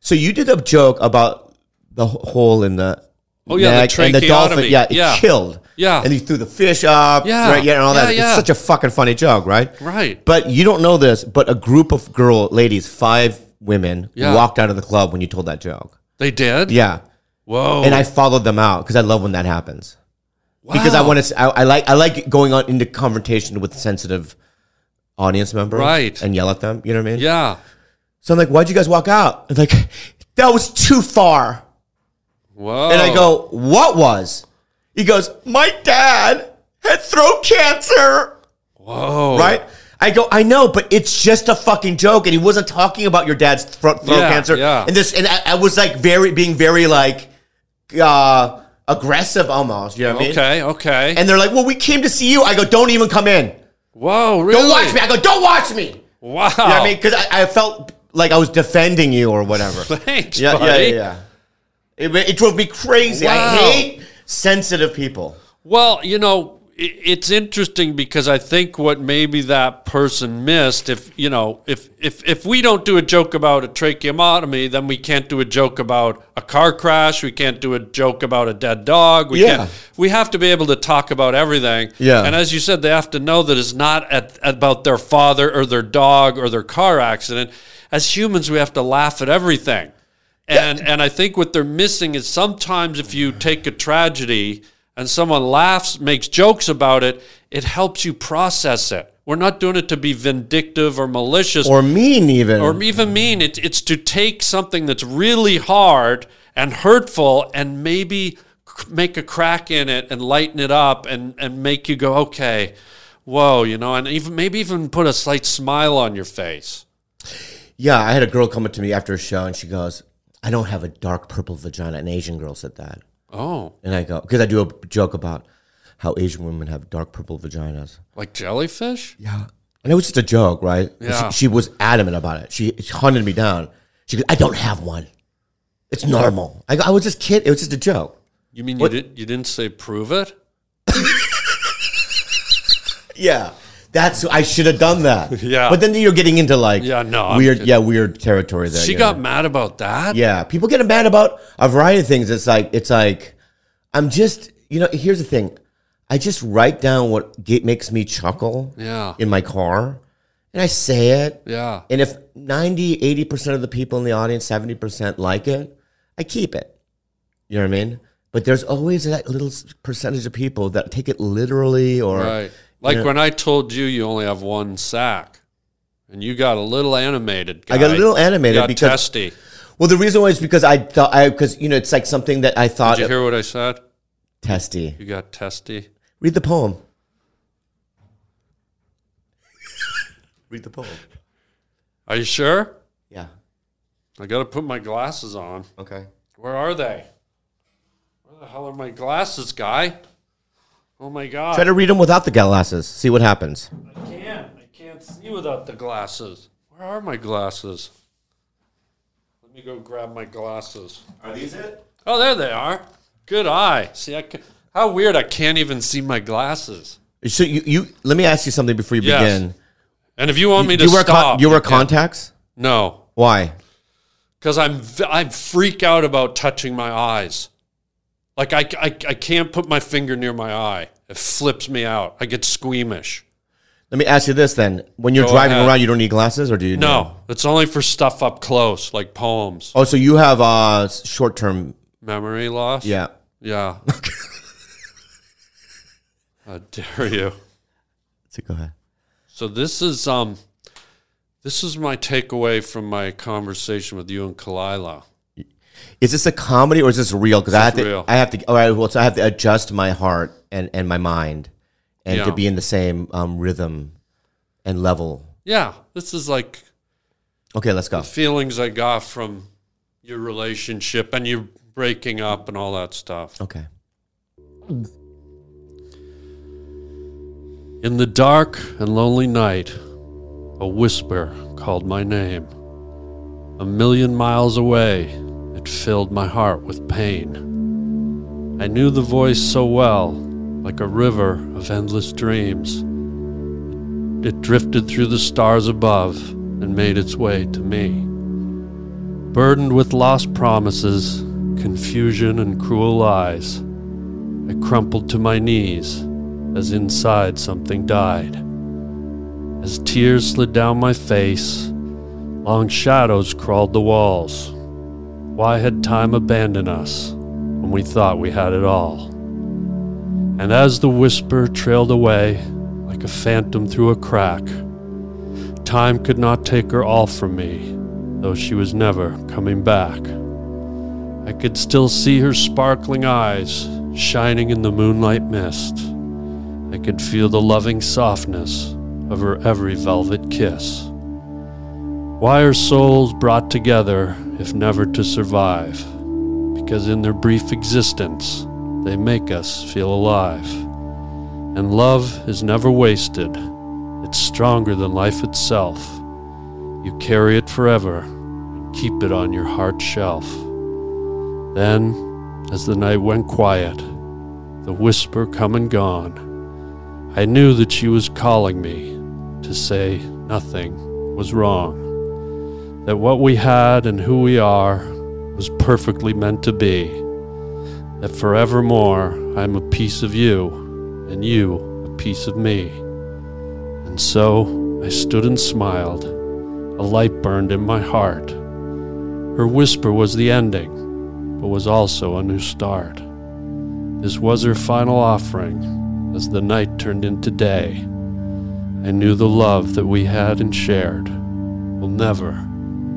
So you did a joke about the h- hole in the
Oh, yeah, the
neck and the dolphin.
tracheotomy.
Yeah, it
Yeah.
killed.
Yeah.
and you threw the fish up.
Yeah,
right. Yeah, and all
yeah,
that.
yeah.
It's such a fucking funny joke, right?
Right.
But you don't know this, but a group of girl ladies, five women,
Yeah.
walked out of the club when you told that joke.
They did?
Yeah,
Whoa.
and I followed them out because I love when that happens
wow.
because I want to. I, I like I like going on into confrontation with sensitive audience members,
Right.
And yell at them. You know what I mean?
Yeah.
So I'm like, "Why'd you guys walk out?" And like, "That was too far."
Whoa.
And I go, "What was?" He goes, "My dad had throat cancer."
Whoa.
Right? I go, "I know, but it's just a fucking joke." And he wasn't talking about your dad's throat, throat
Yeah,
cancer.
yeah.
And this, and I, I was like, very being very like uh, aggressive almost. You know what I mean?
Okay. Okay.
And they're like, "Well, we came to see you." I go, "Don't even come in.
Whoa. Really?
Don't watch me." I go, "Don't watch me."
Wow.
You know what I mean? Because I, I felt like I was defending you or whatever.
Thanks,
yeah, yeah,
buddy.
yeah, yeah. It, it drove me crazy. I
Wow.
hate sensitive people.
Well, you know, i- it's interesting because I think what maybe that person missed, if you know, if if if we don't do a joke about a tracheotomy, then we can't do a joke about a car crash. We can't do a joke about a dead dog. We
Yeah.
can't, we have to be able to talk about everything.
Yeah.
and as you said, they have to know that it's not at, about their father or their dog or their car accident. As humans, we have to laugh at everything. And and I think what they're missing is sometimes if you take a tragedy and someone laughs, makes jokes about it, it helps you process it. We're not doing it to be vindictive or malicious or,
Or mean, even.
even mean. It, it's to take something that's really hard and hurtful and maybe c- make a crack in it and lighten it up and, and make you go, okay, whoa, you know, and even maybe even put a slight smile on your face.
yeah, I had a girl come up to me after a show and she goes, I don't have a dark purple vagina. An Asian girl said that.
Oh,
And I go, because I do a joke about how Asian women have dark purple vaginas.
like jellyfish?
Yeah. And it was just a joke, right? And
Yeah.
She, she was adamant about it. She hunted me down. She goes, I don't have one. It's normal. I, go, I was just kidding. It was just a joke.
You mean
What-
you didn't you didn't say prove it?
Yeah. That's I should have done that.
Yeah.
But then you're getting into like
Yeah, no, I'm
weird
kidding.
yeah, weird territory there.
She
you
got
know?
mad about that.
Yeah. People get mad about a variety of things. It's like it's like I'm just you know, here's the thing. I just write down what get, makes me chuckle
Yeah.
in my car and I say it.
Yeah.
And if 90, 80% of the people in the audience, 70% like it, I keep it. You know what I mean? But there's always that little s- percentage of people that take it literally or
Right. Like
Yeah.
when I told you you only have one sack, and you got a little animated. Guy.
I got a little animated
You got
because-
testy.
Well, the reason why is because I thought I because you know it's like something that I thought
Did you hear what I said?
testy.
You got testy.
Read the poem. Read the poem.
Are you sure?
Yeah.
I got to put my glasses on.
Okay.
Where are they? Where the hell are my glasses, guy? Oh my god!
Try to read them without the glasses. See what happens.
I can't. I can't see without the glasses. Where are my glasses? Let me go grab my glasses.
Are these it?
Oh, there they are. Good eye. See, I ca- how weird. I can't even see my glasses.
So you, you let me ask you something before you
Yes.
begin.
And if you want me
Do
to
you wear con-
stop,
you wear
can't-
contacts?
No,
Why?
because I'm v- I freak out about touching my eyes. Like I, I, I can't put my finger near my eye. It flips me out. I get squeamish.
Let me ask you this then. When you're
Go
driving
ahead.
around, you don't need glasses, or do you?
No, it's only for stuff up close, like poems,
Oh, so you have uh short term.
memory loss.
Yeah.
yeah. How dare you?
So go ahead.
So this is um, this is my takeaway from my conversation with you and Kalila.
Is this a comedy or is this real? Because I have to,
real.
I have to. All right, well, so I have to adjust my heart and and my mind, and
Yeah.
to be in the same um, rhythm and level.
Yeah, this is like
Okay, let's go.
feelings I got from your relationship and you breaking up and all that stuff.
Okay.
In the dark and lonely night, a whisper called my name. A million miles away, it filled my heart with pain. I knew the voice so well, like a river of endless dreams. It drifted through the stars above and made its way to me. Burdened with lost promises, confusion, and cruel lies, I crumpled to my knees as inside something died. As tears slid down my face, long shadows crawled the walls. Why had time abandoned us when we thought we had it all? And as the whisper trailed away like a phantom through a crack, time could not take her all from me, though she was never coming back. I could still see her sparkling eyes shining in the moonlight mist. I could feel the loving softness of her every velvet kiss. Why are souls brought together if never to survive? Because in their brief existence, they make us feel alive. And love is never wasted, it's stronger than life itself. You carry it forever, keep it on your heart shelf. Then, as the night went quiet, the whisper come and gone, I knew that she was calling me to say nothing was wrong. That what we had and who we are was perfectly meant to be. That forevermore I'm a piece of you and you a piece of me. And so I stood and smiled. A light burned in my heart. Her whisper was the ending, but was also a new start. This was her final offering as the night turned into day. I knew the love that we had and shared will never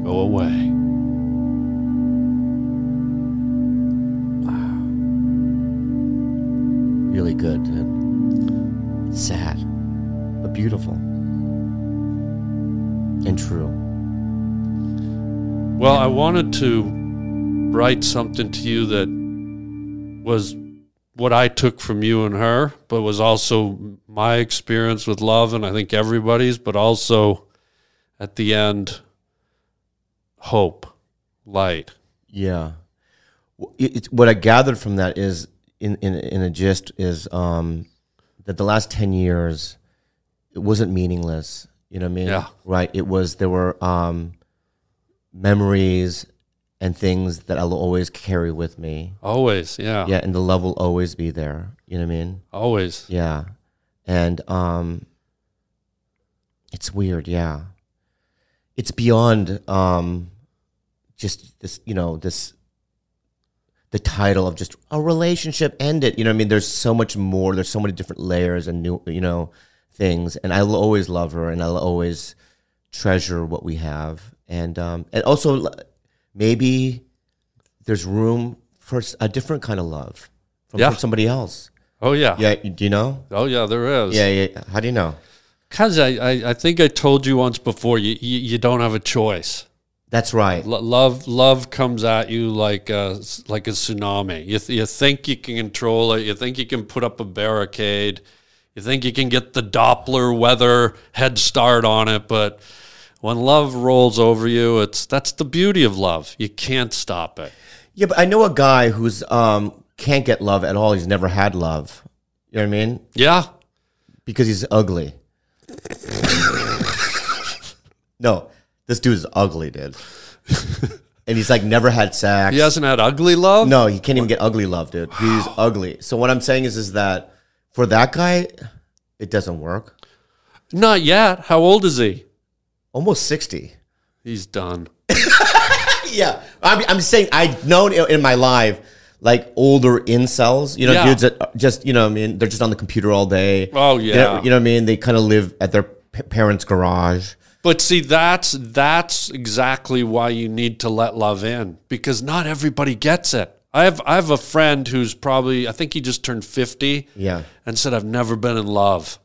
go away.
Really good, dude. Sad, but beautiful. And true.
Well, I wanted to write something to you that was what I took from you and her, but was also my experience with love, and I think everybody's, but also at the end, hope, light.
Yeah. W- it- it's- what I gathered from that is, in, in, in a gist, is um, that the last 10 years, it wasn't meaningless. You know what I mean?
Yeah.
Right. It was, there were um, memories and things that I'll always carry with me.
Always, yeah.
Yeah. And the love will always be there. You know what I mean?
Always.
Yeah. And um it's weird, yeah. It's beyond um just this, you know, this the title of just a relationship ended. You know what I mean? There's so much more. There's so many different layers and new, you know, things. And I'll always love her and I'll always treasure what we have. And um and also l- maybe there's room for s- a different kind of love from,
Yeah.
from somebody else.
Oh, yeah.
Yeah, do you know?
Oh, yeah, there is.
Yeah, yeah. How do you know?
Because I, I, I think I told you once before, you, you, you don't have a choice.
That's right.
Lo- love love comes at you like a, like a tsunami. You, th- you think you can control it. You think you can put up a barricade. You think you can get the Doppler weather head start on it. But when love rolls over you, it's that's the beauty of love. You can't stop it.
Yeah, but I know a guy who's um can't get love at all. He's never had love. You know what I mean?
Yeah.
Because he's ugly. no, this dude is ugly, dude. and he's like never had sex.
He hasn't had ugly love.
No, he can't even get ugly love, dude. He's ugly. So what I'm saying is, is that for that guy, it doesn't work.
Not yet. How old is he?
Almost sixty.
He's done.
Yeah, I'm, I'm saying I've known in in my life like older incels, you know,
Yeah.
dudes that are just you know, what I mean, they're just on the computer all day.
Oh,
You know,
yeah.
you know what I mean. They kind of live at their p- parents' garage.
But see, that's that's exactly why you need to let love in because not everybody gets it. I have I have a friend who's probably I think he just turned fifty.
Yeah.
and said I've never been in love,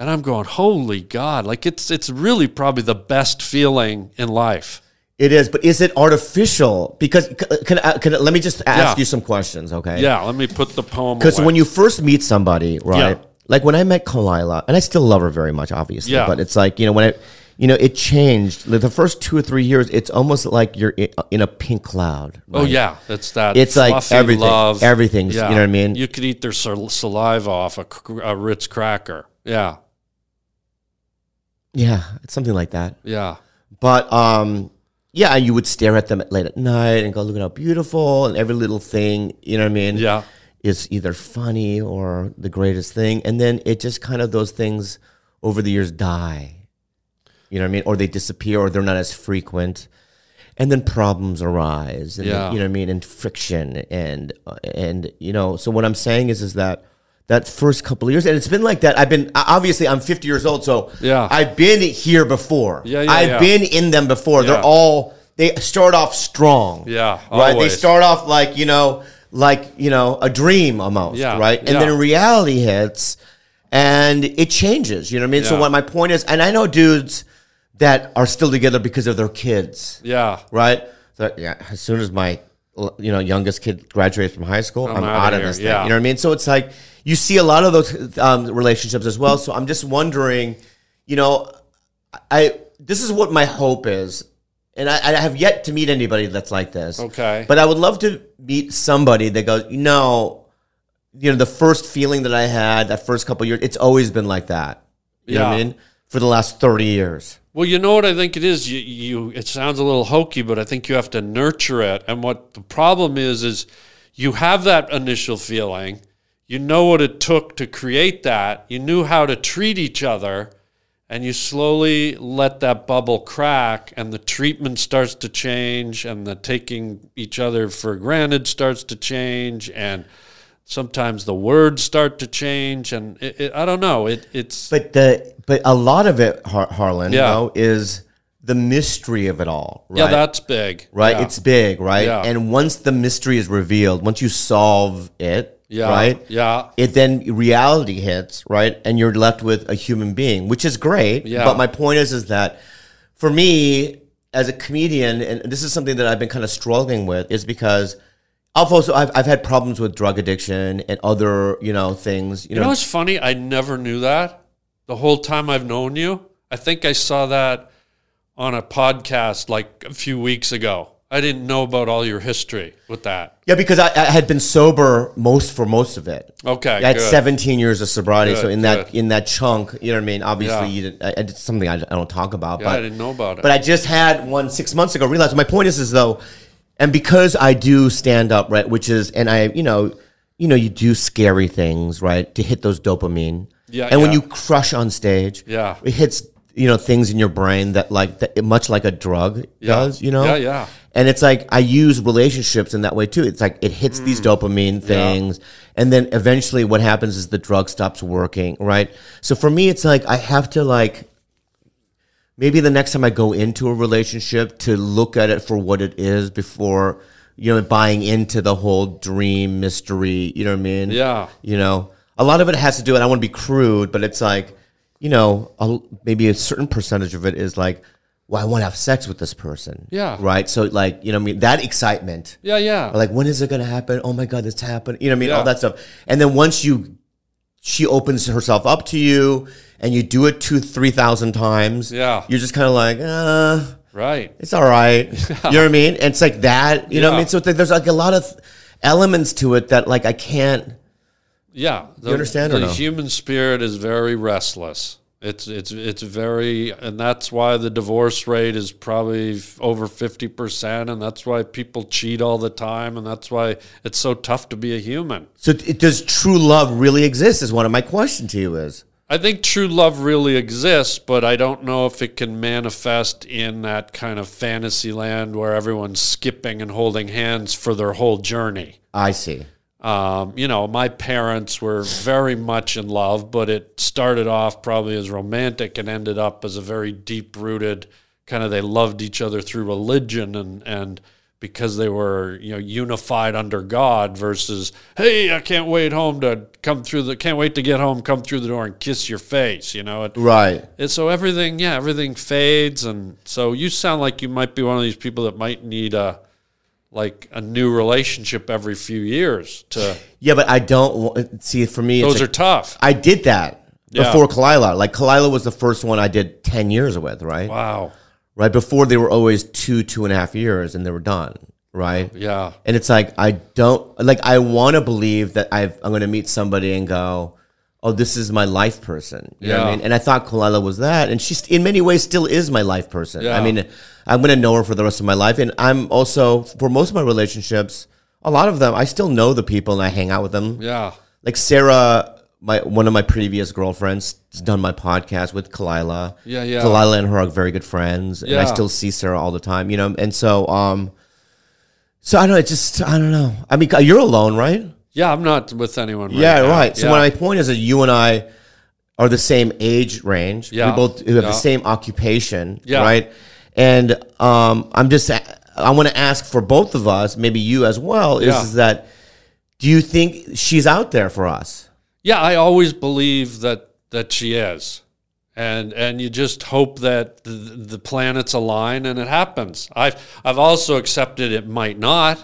and I'm going, holy God! Like it's it's really probably the best feeling in life.
It is, but is it artificial? Because c- uh, can, I, can I- let me just ask
Yeah.
you some questions, okay?
Yeah, let me put the poem.
Because
away.
when you first meet somebody, right?
Yeah.
Like when I met Kalila, and I still love her very much, obviously.
Yeah.
But it's like you know when I, you know, it changed. Like the first two or three years, it's almost like you're in, in a pink cloud.
Oh yeah, that's that.
It's like
fluffy
everything- everything's- you know what I mean?
You could eat their sal- saliva off a, cr- a Ritz cracker. Yeah,
Yeah, it's something like that.
yeah,
But um, yeah, and you would stare at them at- late at night and go, "Look at how beautiful!" And every little thing, you know what I mean?
yeah,
is either funny or the greatest thing. And then it just kind of those things over the years die. You know what I mean? Or they disappear or they're not as frequent. And then problems arise. And then-
Yeah.
you know what I mean? And friction and and you know, so what I'm saying is is that that first couple of years, and it's been like that. I've been obviously I'm 50 years old, so
Yeah.
I've been here before.
Yeah, yeah,
I've
yeah.
been in them before.
Yeah.
They're all they start off strong.
Yeah,
right. They
always.
start start off like you know like you know a dream almost
Yeah,
right and
yeah.
then reality hits and it changes you know what i mean so
Yeah.
what my point is and i know dudes that are still together because of their kids
yeah.
right so yeah as soon as my l- you know youngest kid graduates from high school i'm,
outta
out of
here,
this thing
yeah.
you know what i mean so it's like you see a lot of those um, relationships as well so i'm just wondering you know i this is what my hope is and I, I have yet to meet anybody that's like this
Okay.
but i would love to meet somebody that goes you know you know the first feeling that i had that first couple years it's always been like that you know what i
Yeah.
mean for the last 30 years
Well, you know what I think it is. You, you, it sounds a little hokey, but I think you have to nurture it. And what the problem is, is you have that initial feeling. You know what it took to create that. You knew how to treat each other, and you slowly let that bubble crack, and the treatment starts to change, and the taking each other for granted starts to change, and sometimes the words start to change. And it, it, I don't know. It, it's
But the but a lot of it, Har- Harlan,
Yeah.
though, is the mystery of it all, right?
yeah, that's big.
right.
Yeah.
It's big, right?
Yeah.
And once the mystery is revealed, once you solve it,
Yeah.
right?
Yeah.
It then reality hits, right? And you're left with a human being, which is great.
Yeah.
But my point is, is that for me as a comedian, and this is something that I've been kind of struggling with, is because. I've also I've, I've had problems with drug addiction and other you know things you,
You know what's funny? I never knew that the whole time I've known you. I think I saw that on a podcast like a few weeks ago. I didn't know about all your history with that.
yeah because I, I had been sober most for most of it
Okay.
I had
good.
17 years of sobriety. so
Good,
in that
good.
in that chunk, you know what I mean. Obviously,
Yeah.
you didn't, I, I did something I, I don't talk about,
Yeah, I
but
didn't know about it.
but I just had one six months ago. Realized my point is is though, and because I do stand up, right, which is, and I you know, you know, you do scary things, right, to hit those dopamine.
Yeah,
And when
yeah.
you crush on stage,
Yeah.
it hits you know things in your brain that like that, much like a drug does, you know.
Yeah, yeah.
And it's like I use relationships in that way too. It's like it hits these
Mm.
dopamine things, and then eventually what happens is the drug stops working, right? So for me, it's like I have to like maybe the next time I go into a relationship to look at it for what it is before you know buying into the whole dream mystery. You know what I mean?
Yeah.
You know, a lot of it has to do, and I want to be crude, but it's like you know a, maybe a certain percentage of it is like. Well, I want to have sex with this person.
Yeah.
Right. So, like, you know, what I mean, that excitement.
yeah, yeah.
Or, like when is it going to happen oh my god this happened you know what i mean all
Yeah.
that stuff and then once you she opens herself up to you and you do it two three thousand times
Yeah.
you're just kind of like uh
right.
it's all right you know what i mean and it's like that you know what i
Yeah.
mean so it's like, there's like a lot of elements to it that like i can't
Yeah. The,
understand or
the
no?
human spirit is very restless. It's it's it's very and that's why the divorce rate is probably f- over 50% and that's why people cheat all the time and that's why it's so tough to be a human.
so it, does true love really exist is one of my questions to you is
I think true love really exists, but I don't know if it can manifest in that kind of fantasy land where everyone's skipping and holding hands for their whole journey.
i see
Um, you know, my parents were very much in love, but it started off probably as romantic and ended up as a very deep rooted kind of they loved each other through religion and and because they were you know unified under God versus hey I can't wait home to come through the can't wait to get home come through the door and kiss your face you know it,
right
and so everything, yeah, everything fades, and so you sound like you might be one of these people that might need a like a new relationship every few years. To
Yeah, but I don't wa- see. For me, it's
those
like,
are tough.
I did that
Yeah.
before Kalila. Like Kalila was the first one I did ten years with, right?
Wow.
Right before they were always two, two and a half years, and they were done, right?
Yeah.
And it's like I don't like I want to believe that I've, I'm going to meet somebody and go, oh, this is my life person. You know what I
Yeah.
mean? And I thought Kalila was that, and she's in many ways still is my life person. I
Yeah.
mean, I'm going to know her for the rest of my life, and I'm also for most of my relationships, a lot of them I still know the people and I hang out with them
Yeah.
like Sarah, my one of my previous girlfriends, has done my podcast with Kalila.
Yeah, yeah.
Kalila and her are very good friends, and I
Yeah.
still see Sarah all the time. You know, and so um, so I don't. know, It just I don't know. I mean, you're alone, right?
Yeah. I'm not with anyone. Right
yeah,
now.
right. So
Yeah.
when my point is that you and I are the same age range.
Yeah.
We both have the
Yeah.
same occupation.
Yeah.
Right. And um, I'm just I want to ask for both of us, maybe you as well, is,
Yeah.
is that do you think she's out there for us?
yeah, I always believe that that she is, and and you just hope that the, the planets align and it happens. I've I've also accepted it might not,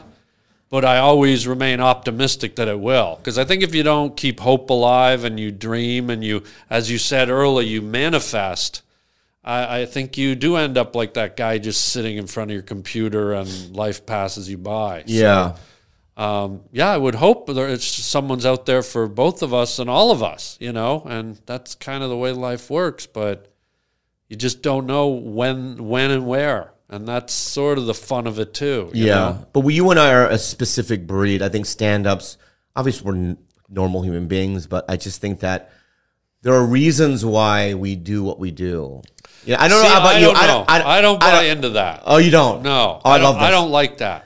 but I always remain optimistic that it will. Because I think if you don't keep hope alive and you dream and you, as you said earlier, you manifest. I, I think you do end up like that guy just sitting in front of your computer and life passes you by. So-
Yeah.
um, yeah, I would hope there it's someone's out there for both of us and all of us, you know, and that's kind of the way life works. But you just don't know when, when, and where, and that's sort of the fun of it too. you
Yeah,
know?
but we, you and I are a specific breed. I think stand-ups. Obviously, we're n- normal human beings, but I just think that there are reasons why we do what we do. Yeah, I don't
See,
know about
I
you.
Don't know. I, don't buy
I
into that.
Oh, you don't?
no,
Oh, I,
I, don't,
love this.
I don't like that.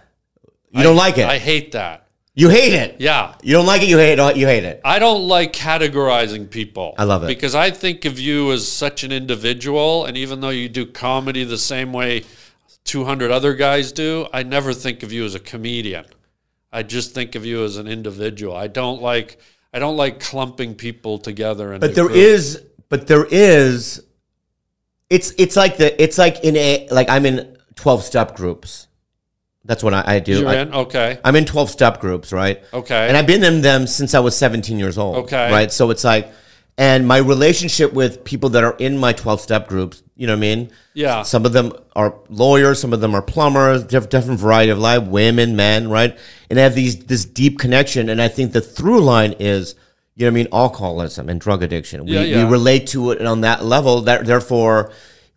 You don't like it.
I hate that.
you hate it.
Yeah,
You don't like it. You hate it. You hate it.
I don't like categorizing people.
I love it.
because I think of you as such an individual, and even though you do comedy the same way 200 other guys do, I never think of you as a comedian. I just think of you as an individual. I don't like I don't like clumping people together.
But there is. But there is. It's it's like the it's like in a like I'm in twelve step groups. That's what I, I do.
you're
I,
in okay,
I'm in 12 step groups, right?
Okay.
And I've been in them since I was 17 years old.
Okay.
Right. So it's like, and my relationship with people that are in my 12 step groups, you know what I mean?
Yeah.
Some of them are lawyers, some of them are plumbers, diff- different variety of life, women, men, right? And I have these this deep connection. And I think the through line is, you know what I mean, alcoholism and drug addiction. We,
Yeah, yeah.
we relate to it on that level. That therefore,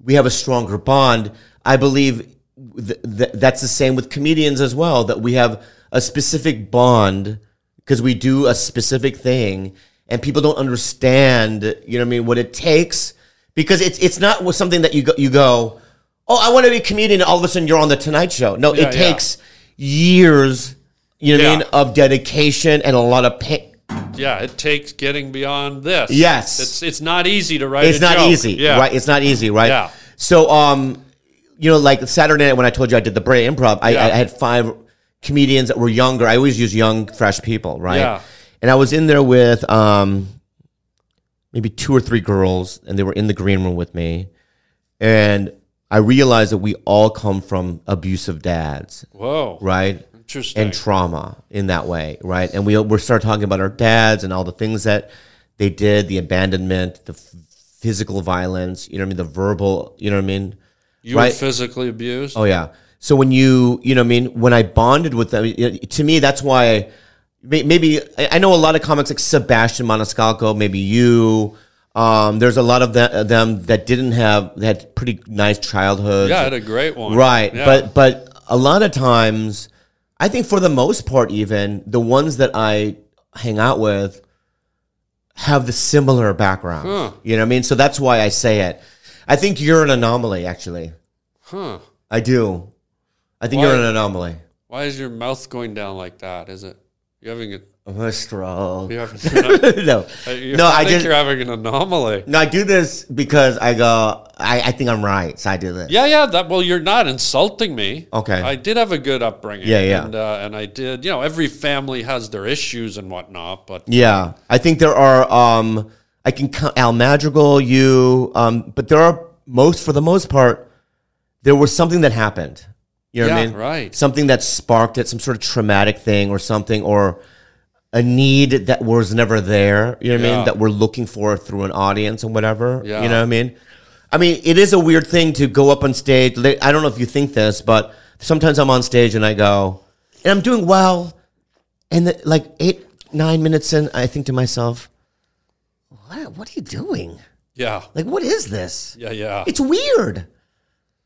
we have a stronger bond. I believe th- th- that's the same with comedians as well. That we have a specific bond because we do a specific thing, and people don't understand. You know what I mean? What it takes because it's it's not with something that you go, you go. Oh, I want to be a comedian. And all of a sudden, you're on the Tonight Show. No,
Yeah,
it
yeah.
takes years. You know what I
Yeah.
mean? Of dedication and a lot of pain.
yeah. It takes getting beyond this.
Yes.
it's it's not easy to write.
it's
a
not
joke.
easy,
Yeah,
right? It's not easy, right?
Yeah.
So, um, you know, like Saturday night when I told you I did the Bray Improv, I,
Yeah.
I had five comedians that were younger. I always use young, fresh people, right?
Yeah.
And I was in there with um, maybe two or three girls, and they were in the green room with me, and I realized that we all come from abusive dads,
Whoa,
right?
Interesting.
and trauma in that way, right? And we we start talking about our dads and all the things that they did, the abandonment, the f- physical violence, you know what I mean, the verbal, you know what I mean?
you
right.
were physically abused.
Oh yeah. So when you, you know what I mean, when I bonded with them, you know, to me that's why may- maybe I I know a lot of comics like Sebastian Maniscalco, maybe you um, there's a lot of the, them that didn't have that had pretty nice childhoods.
yeah, I had a great one.
Right.
Yeah.
But but a lot of times I think for the most part even the ones that I hang out with have the similar background.
Huh.
You know what I mean? So that's why I say it. I think you're an anomaly actually.
huh?
I do. I think
Why?
you're an anomaly.
Why is your mouth going down like that? Is it you having a
I'm a stroke.
you having,
no.
Uh, you-
No, I
think
just
you're having an anomaly.
no, I do this because I go I, I think I'm right, so I do this.
Yeah, yeah. That well, you're not insulting me.
Okay.
I did have a good upbringing.
Yeah, yeah.
And, uh, and I did. You know, every family has their issues and whatnot, but
Yeah, I think there are. Um, I can count Al Madrigal, you, um, but there are most for the most part. There was something that happened. You know what I
Yeah,
mean?
right.
Something that sparked it, some sort of traumatic thing or something, or a need that was never there. You know what I
Yeah.
mean? That we're looking for through an audience and whatever.
Yeah.
You know what I mean? I mean, it is a weird thing to go up on stage. Like, I don't know if you think this, but sometimes I'm on stage and I go, and I'm doing well, and the, like eight, nine minutes in, I think to myself, what, what are you doing?
Yeah.
Like, what is this?
Yeah. Yeah.
It's weird.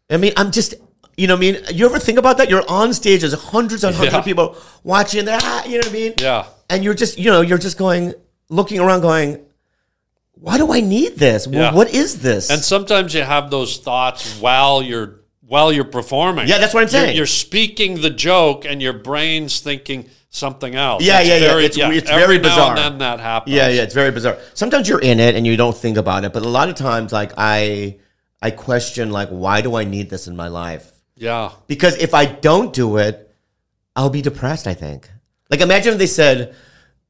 I mean, I'm just, you know, what I mean, you ever think about that? You're on stage, there's hundreds and hundreds
Yeah.
of people watching, and they're, ah, you know what I mean?
Yeah.
And you're just, you know, you're just going, looking around, going, why do I need this? Wh-
Yeah.
What is this?
And sometimes you have those thoughts while you're while you're performing.
Yeah, that's what I'm
You're-
saying.
You're, speaking the joke, and your brain's thinking something else.
Yeah,
It's
yeah, yeah. It's we- it's
every
very
now
bizarre.
And then that happens.
yeah, yeah, it's very bizarre. Sometimes you're in it and you don't think about it, but a lot of times, like I, I question, like, why do I need this in my life?
yeah,
Because if I don't do it, I'll be depressed, I think. Like imagine if they said,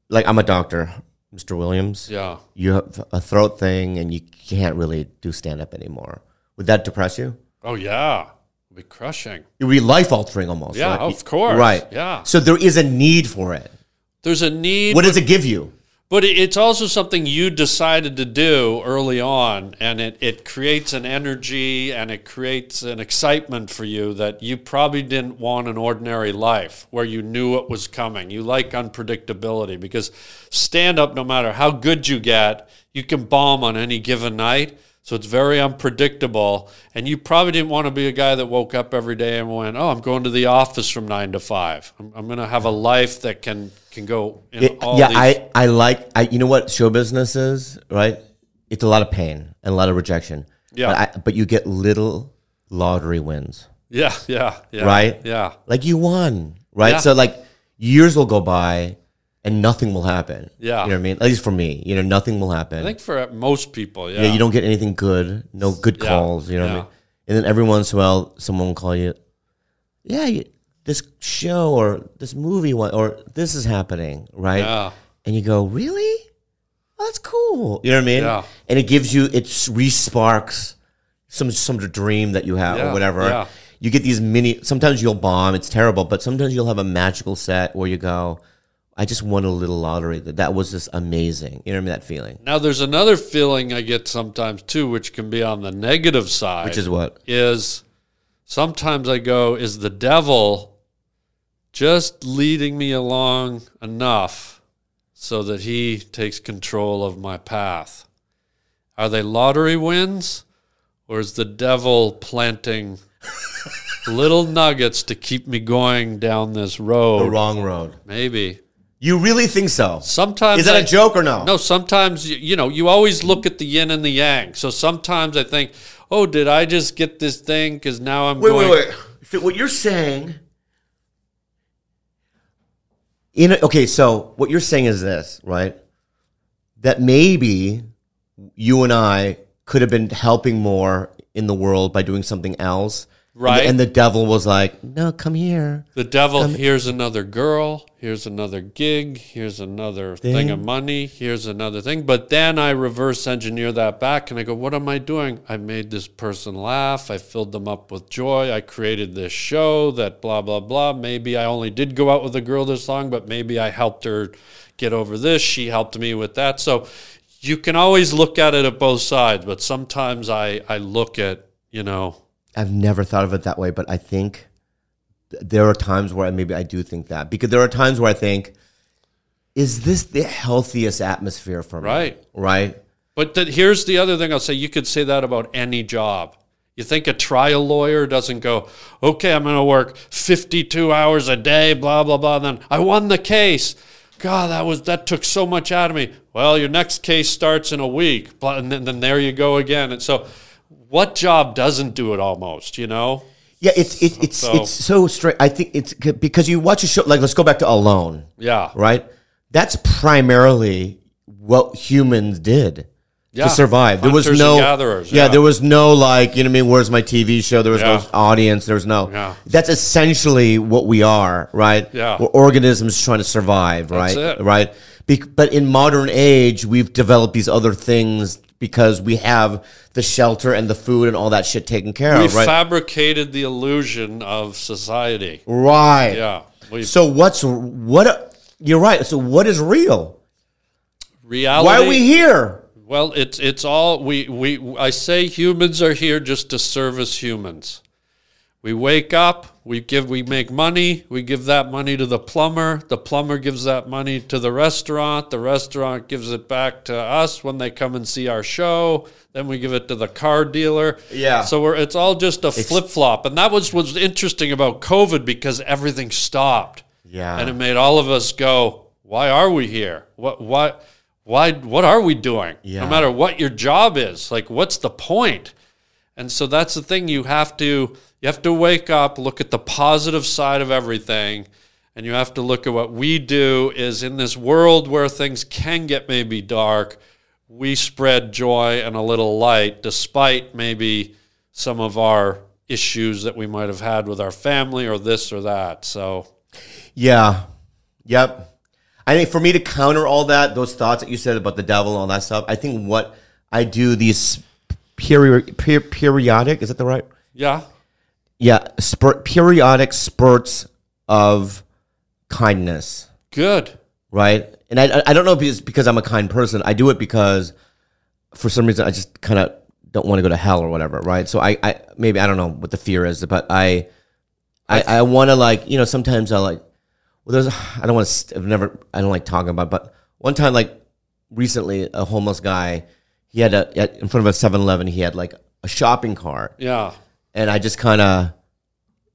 like, I'm a doctor, Mr. Williams.
yeah.
You have a throat thing and you can't really do stand up anymore. Would that depress you?
Oh yeah, It'd be crushing.
It would be life altering almost.
Yeah,
right?
of course.
Right.
Yeah.
So there is a need for it.
There's a need,
What does it give you?
but it- it's also something you decided to do early on, and it it creates an energy and it creates an excitement for you that you probably didn't want an ordinary life where you knew it was coming. You like unpredictability because stand up, no matter how good you get, you can bomb on any given night. So it's very unpredictable. And you probably didn't want to be a guy that woke up every day and went, Oh, I'm going to the office from nine to five. I'm, I'm going to have a life that can, can go in
It-
all
yeah,
these.
I, I like I you know what show business is, right? It's a lot of pain and a lot of rejection.
Yeah.
But, I, but you get little lottery wins.
yeah, yeah, yeah.
Right?
Yeah.
like you won, right?
Yeah.
So like years will go by and nothing will happen.
Yeah.
you know what I mean. At least for me, you know, nothing will happen.
I think for most people, yeah.
yeah. you don't get anything good, no good
Yeah.
calls. You know what
Yeah.
I mean. And then every once in a while, someone will call you. Yeah, you, this show or this movie wa- or this is happening, right?
Yeah.
And you go, really? Oh, that's cool. You know what I mean?
Yeah.
And it gives you it resparks some some dream that you have
Yeah,
or whatever.
yeah.
You get these mini. Sometimes you'll bomb. It's terrible, but sometimes you'll have a magical set where you go, "I just won a little lottery. That that was just amazing." You know what I mean? That feeling,
Now, there's another feeling I get sometimes too, which can be on the negative side,
which is what.
is sometimes I go, is the devil just leading me along enough so that he takes control of my path? Are they lottery wins or is the devil planting little nuggets to keep me going down this
The
road?
wrong road.
Maybe.
You really think so?
Sometimes
Is that
a
a joke or no?
no, sometimes you, you know you always look at the yin and the yang. So sometimes I think, oh, did I just get this thing? Because now I'm
Wait,
going.
wait, wait. So what you're saying? In a, okay, so what you're saying is this, right? That maybe you and I could have been helping more in the world by doing something else, And the-
Right.
And the, devil was like, "No, come here."
The devil. here's another girl. Here's another gig. Here's another thing. of
Thing.
money. Here's another thing. But then I reverse engineer that back, and I go, what am I doing? I made this person laugh. I filled them up with joy. I created this show. That blah blah blah. Maybe I only did go out with a girl this long, but maybe I helped her get over this. She helped me with that. So you can always look at it at both sides, but sometimes I I look at you know
I've never thought of it that way, but I think th- there are times where I, maybe I do think that because there are times where I think, "Is this the healthiest atmosphere for me?"
Right.
Right.
But that here's the other thing I'll say. You could say that about any job. You think a trial lawyer doesn't go, okay, I'm going to work 52 hours a day, blah, blah, blah. And then I won the case. God, that was that took so much out of me. Well, your next case starts in a week, blah, and then, then there you go again. And so, what job doesn't do it almost? You know?
Yeah, it's it's it's
So-
it's so straight. I think it's c- because you watch a show like let's go back to Alone,
Yeah.
right? That's primarily what humans did
Yeah.
to survive. There was
Hunters
no
and gatherers,
Yeah,
yeah.
there was no like you know what I mean. Where's my TV show? There was
Yeah.
no audience. There was no.
Yeah.
That's essentially what we are, right?
Yeah.
we're organisms trying to survive, right?
it.
Right. Bec- but in modern age, we've developed these other things because we have the shelter and the food and all that shit taken care
We
of, right?
fabricated the illusion of society.
right.
Yeah. We
So what's what? You're right. So what is real?
reality.
Why are we here?
Well, it's it's all we we I say humans are here just to service humans. We wake up, we give we make money, we give that money to the plumber, the plumber gives that money to the restaurant, the restaurant gives it back to us when they come and see our show, then we give it to the car dealer.
Yeah.
So we're it's all just a flip-flop. And that was what's interesting about COVID because everything stopped.
Yeah.
And it made all of us go, why are we here? What what why what are we doing?
Yeah.
No matter what your job is, like what's the point? And so that's the thing you have to you have to wake up, look at the positive side of everything, and you have to look at what we do is in this world where things can get maybe dark, we spread joy and a little light despite maybe some of our issues that we might have had with our family or this or that. So
Yeah. Yep. I think for me to counter all that, those thoughts that you said about the devil and all that stuff, I think what I do these period, per, periodic, is that the right?
yeah.
Yeah, spurt, periodic spurts of kindness,
Good.
right? And I, I don't know if it's because I'm a kind person. I do it because for some reason I just kind of don't want to go to hell or whatever, right? So I, I maybe I don't know what the fear is, but I I, I want to like you know sometimes I like well there's I don't want to st- I've never I don't like talking about but one time like recently a homeless guy he had a at- in front of a 7-Eleven he had like a shopping cart
Yeah.
and I just kind of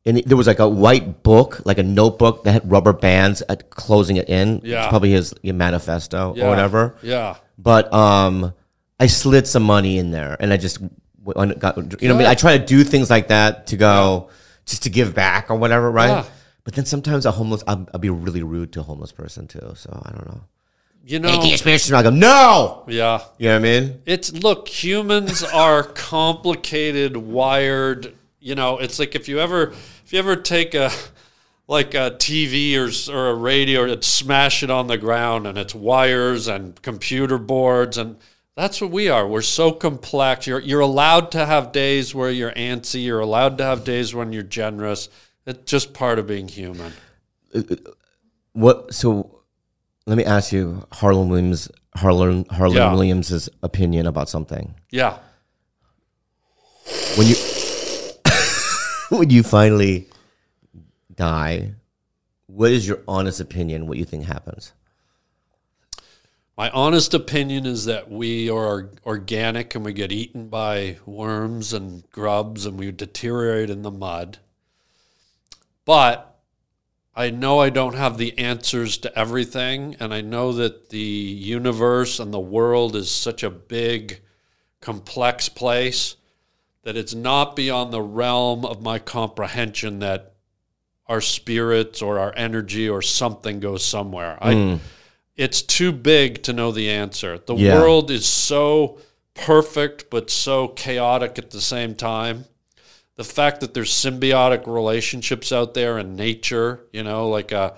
and there was like a white book, like a notebook that had rubber bands at closing it in. It's
Yeah.
probably his manifesto
Yeah.
or whatever.
Yeah.
But um, I slid some money in there, and I just w- un- got you know what I mean. I try to do things like that to go just to give back or whatever, right?
Yeah.
But then sometimes a homeless, I'll, I'll be really rude to a homeless person too. So I don't know.
You
Hey,
know.
can you spiritual? I go no.
Yeah.
You know what I mean?
It's look, humans are complicated, wired. You know, it's like if you ever if you ever take a like a TV or s- or a radio and smash it on the ground and it's wires and computer boards and that's what we are. We're so complex. You're you're allowed to have days where you're antsy. You're allowed to have days when you're generous. It's just part of being human.
What? So let me ask you, Harlan Williams, Harlan Harlan
Yeah.
Williams's opinion about something.
Yeah.
when you when you finally die, what is your honest opinion? What you think happens?
My honest opinion is that we are organic and we get eaten by worms and grubs and we deteriorate in the mud. But I know I don't have the answers to everything. And I know that the universe and the world is such a big, complex place that it's not beyond the realm of my comprehension that our spirits or our energy or something goes somewhere.
Hmm.
I it's too big to know the answer. The
Yeah.
world is so perfect but so chaotic at the same time. The fact that there's symbiotic relationships out there in nature, you know, like a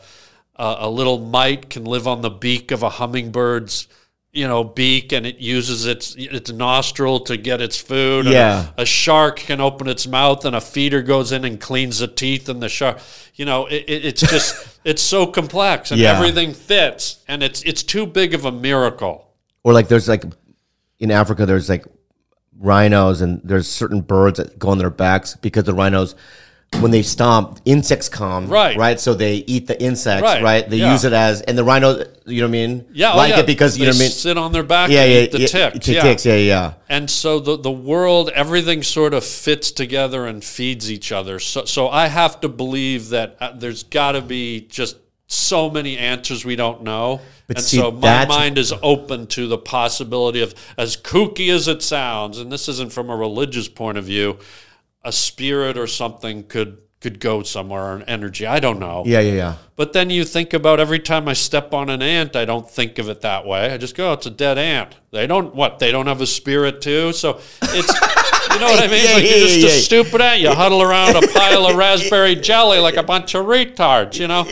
a, a little mite can live on the beak of a hummingbird's, you know, beak and it uses its its nostril to get its food. and a-
Yeah.
a shark can open its mouth and a feeder goes in and cleans the teeth and the shark you know it, it, it's just it's so complex and
Yeah.
everything fits and it's it's too big of a miracle
Or like, there's like in Africa, there's like rhinos, and there's certain birds that go on their backs because the rhinos. When they stomp, insects come.
Right.
Right. So they eat the insects,
Right,
right? They
yeah.
use it as, and the rhino, you know what I mean?
yeah oh
Like
yeah.
it because, you
they
know what I mean?
sit on their back
Yeah,
and
yeah.
eat the
yeah,
ticks
the
yeah.
ticks, yeah, yeah.
and so the the world everything sort of fits together and feeds each other so so i have to believe that uh, there's got to be just so many answers we don't know
But
and
see,
so my
that's-
mind is open to the possibility of as kooky as it sounds and this isn't from a religious point of view a spirit or something could could go somewhere or an energy i don't know
Yeah, yeah, yeah.
but then you think about every time I step on an ant, I don't think of it that way. I just go, oh, it's a dead ant. They don't what? They don't have a spirit too. So it's you know what I mean?
Yeah,
like
yeah,
you're just
yeah,
a
yeah.
stupid ant. You huddle around a pile of raspberry jelly like a bunch of retards, you know?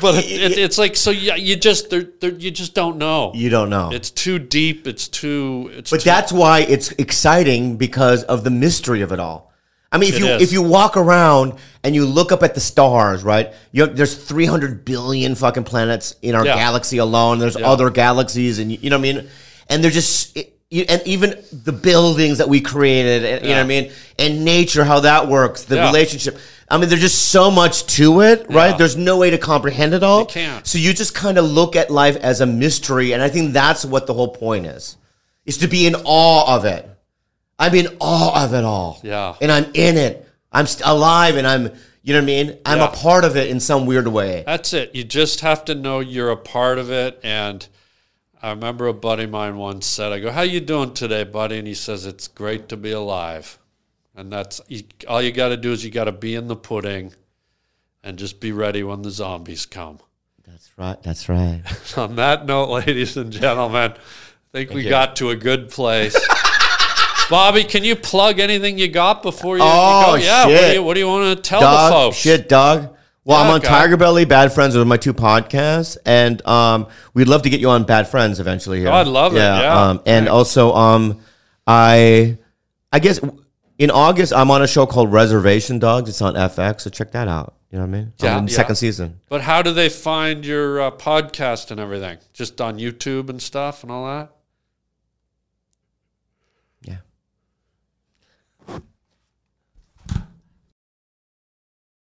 but it, it, it's like so you, you just there there you just don't know.
You don't know.
It's too deep. It's too. It's
But
too,
that's why it's exciting because of the mystery of it all. I mean, if
It
you
is.
if you walk around and you look up at the stars, right? You there's 300 billion fucking planets in our
Yeah.
galaxy alone. There's other galaxies, and you, you know what I mean. And they're just it, you, and even the buildings that we created, and, you know what I
Yeah.
mean, and nature, how that works, the
Yeah.
relationship. I mean, there's just so much to it, right?
Yeah.
There's no way to comprehend it all.
can't.
So you just kind of look at life as a mystery, and I think that's what the whole point is is to be in awe of it. I'm in awe of it all.
Yeah.
And I'm in it. I'm st- alive and I'm, you know what I mean? I'm
Yeah.
a part of it in some weird way.
That's it. You just have to know you're a part of it. And I remember a buddy of mine once said, "I go, how you doing today, buddy?" And he says, "It's great to be alive." And that's you, all you got to do is you got to be in the pudding, and just be ready when the zombies come.
That's right. That's right.
On that note, ladies and gentlemen, I think we got to a good place. Bobby, can you plug anything you got before you, you
Oh,
go? Yeah, What, do
shit.
you, what do you want to tell the
dog.
folks?
Shit, dog. Well, I'm
Yeah,
on
guy.
Tiger Belly, Bad Friends with my two podcasts, and um, we'd love to get you on Bad Friends eventually. Here.
Oh, I'd love it, yeah.
Um, and also, um, I, I guess in August I'm on a show called Reservation Dogs. It's on FX, so check that out. You know what I mean?
Yeah,
I'm in
yeah.
Second season.
But how do they find your uh, podcast and everything? Just on YouTube and stuff and all that?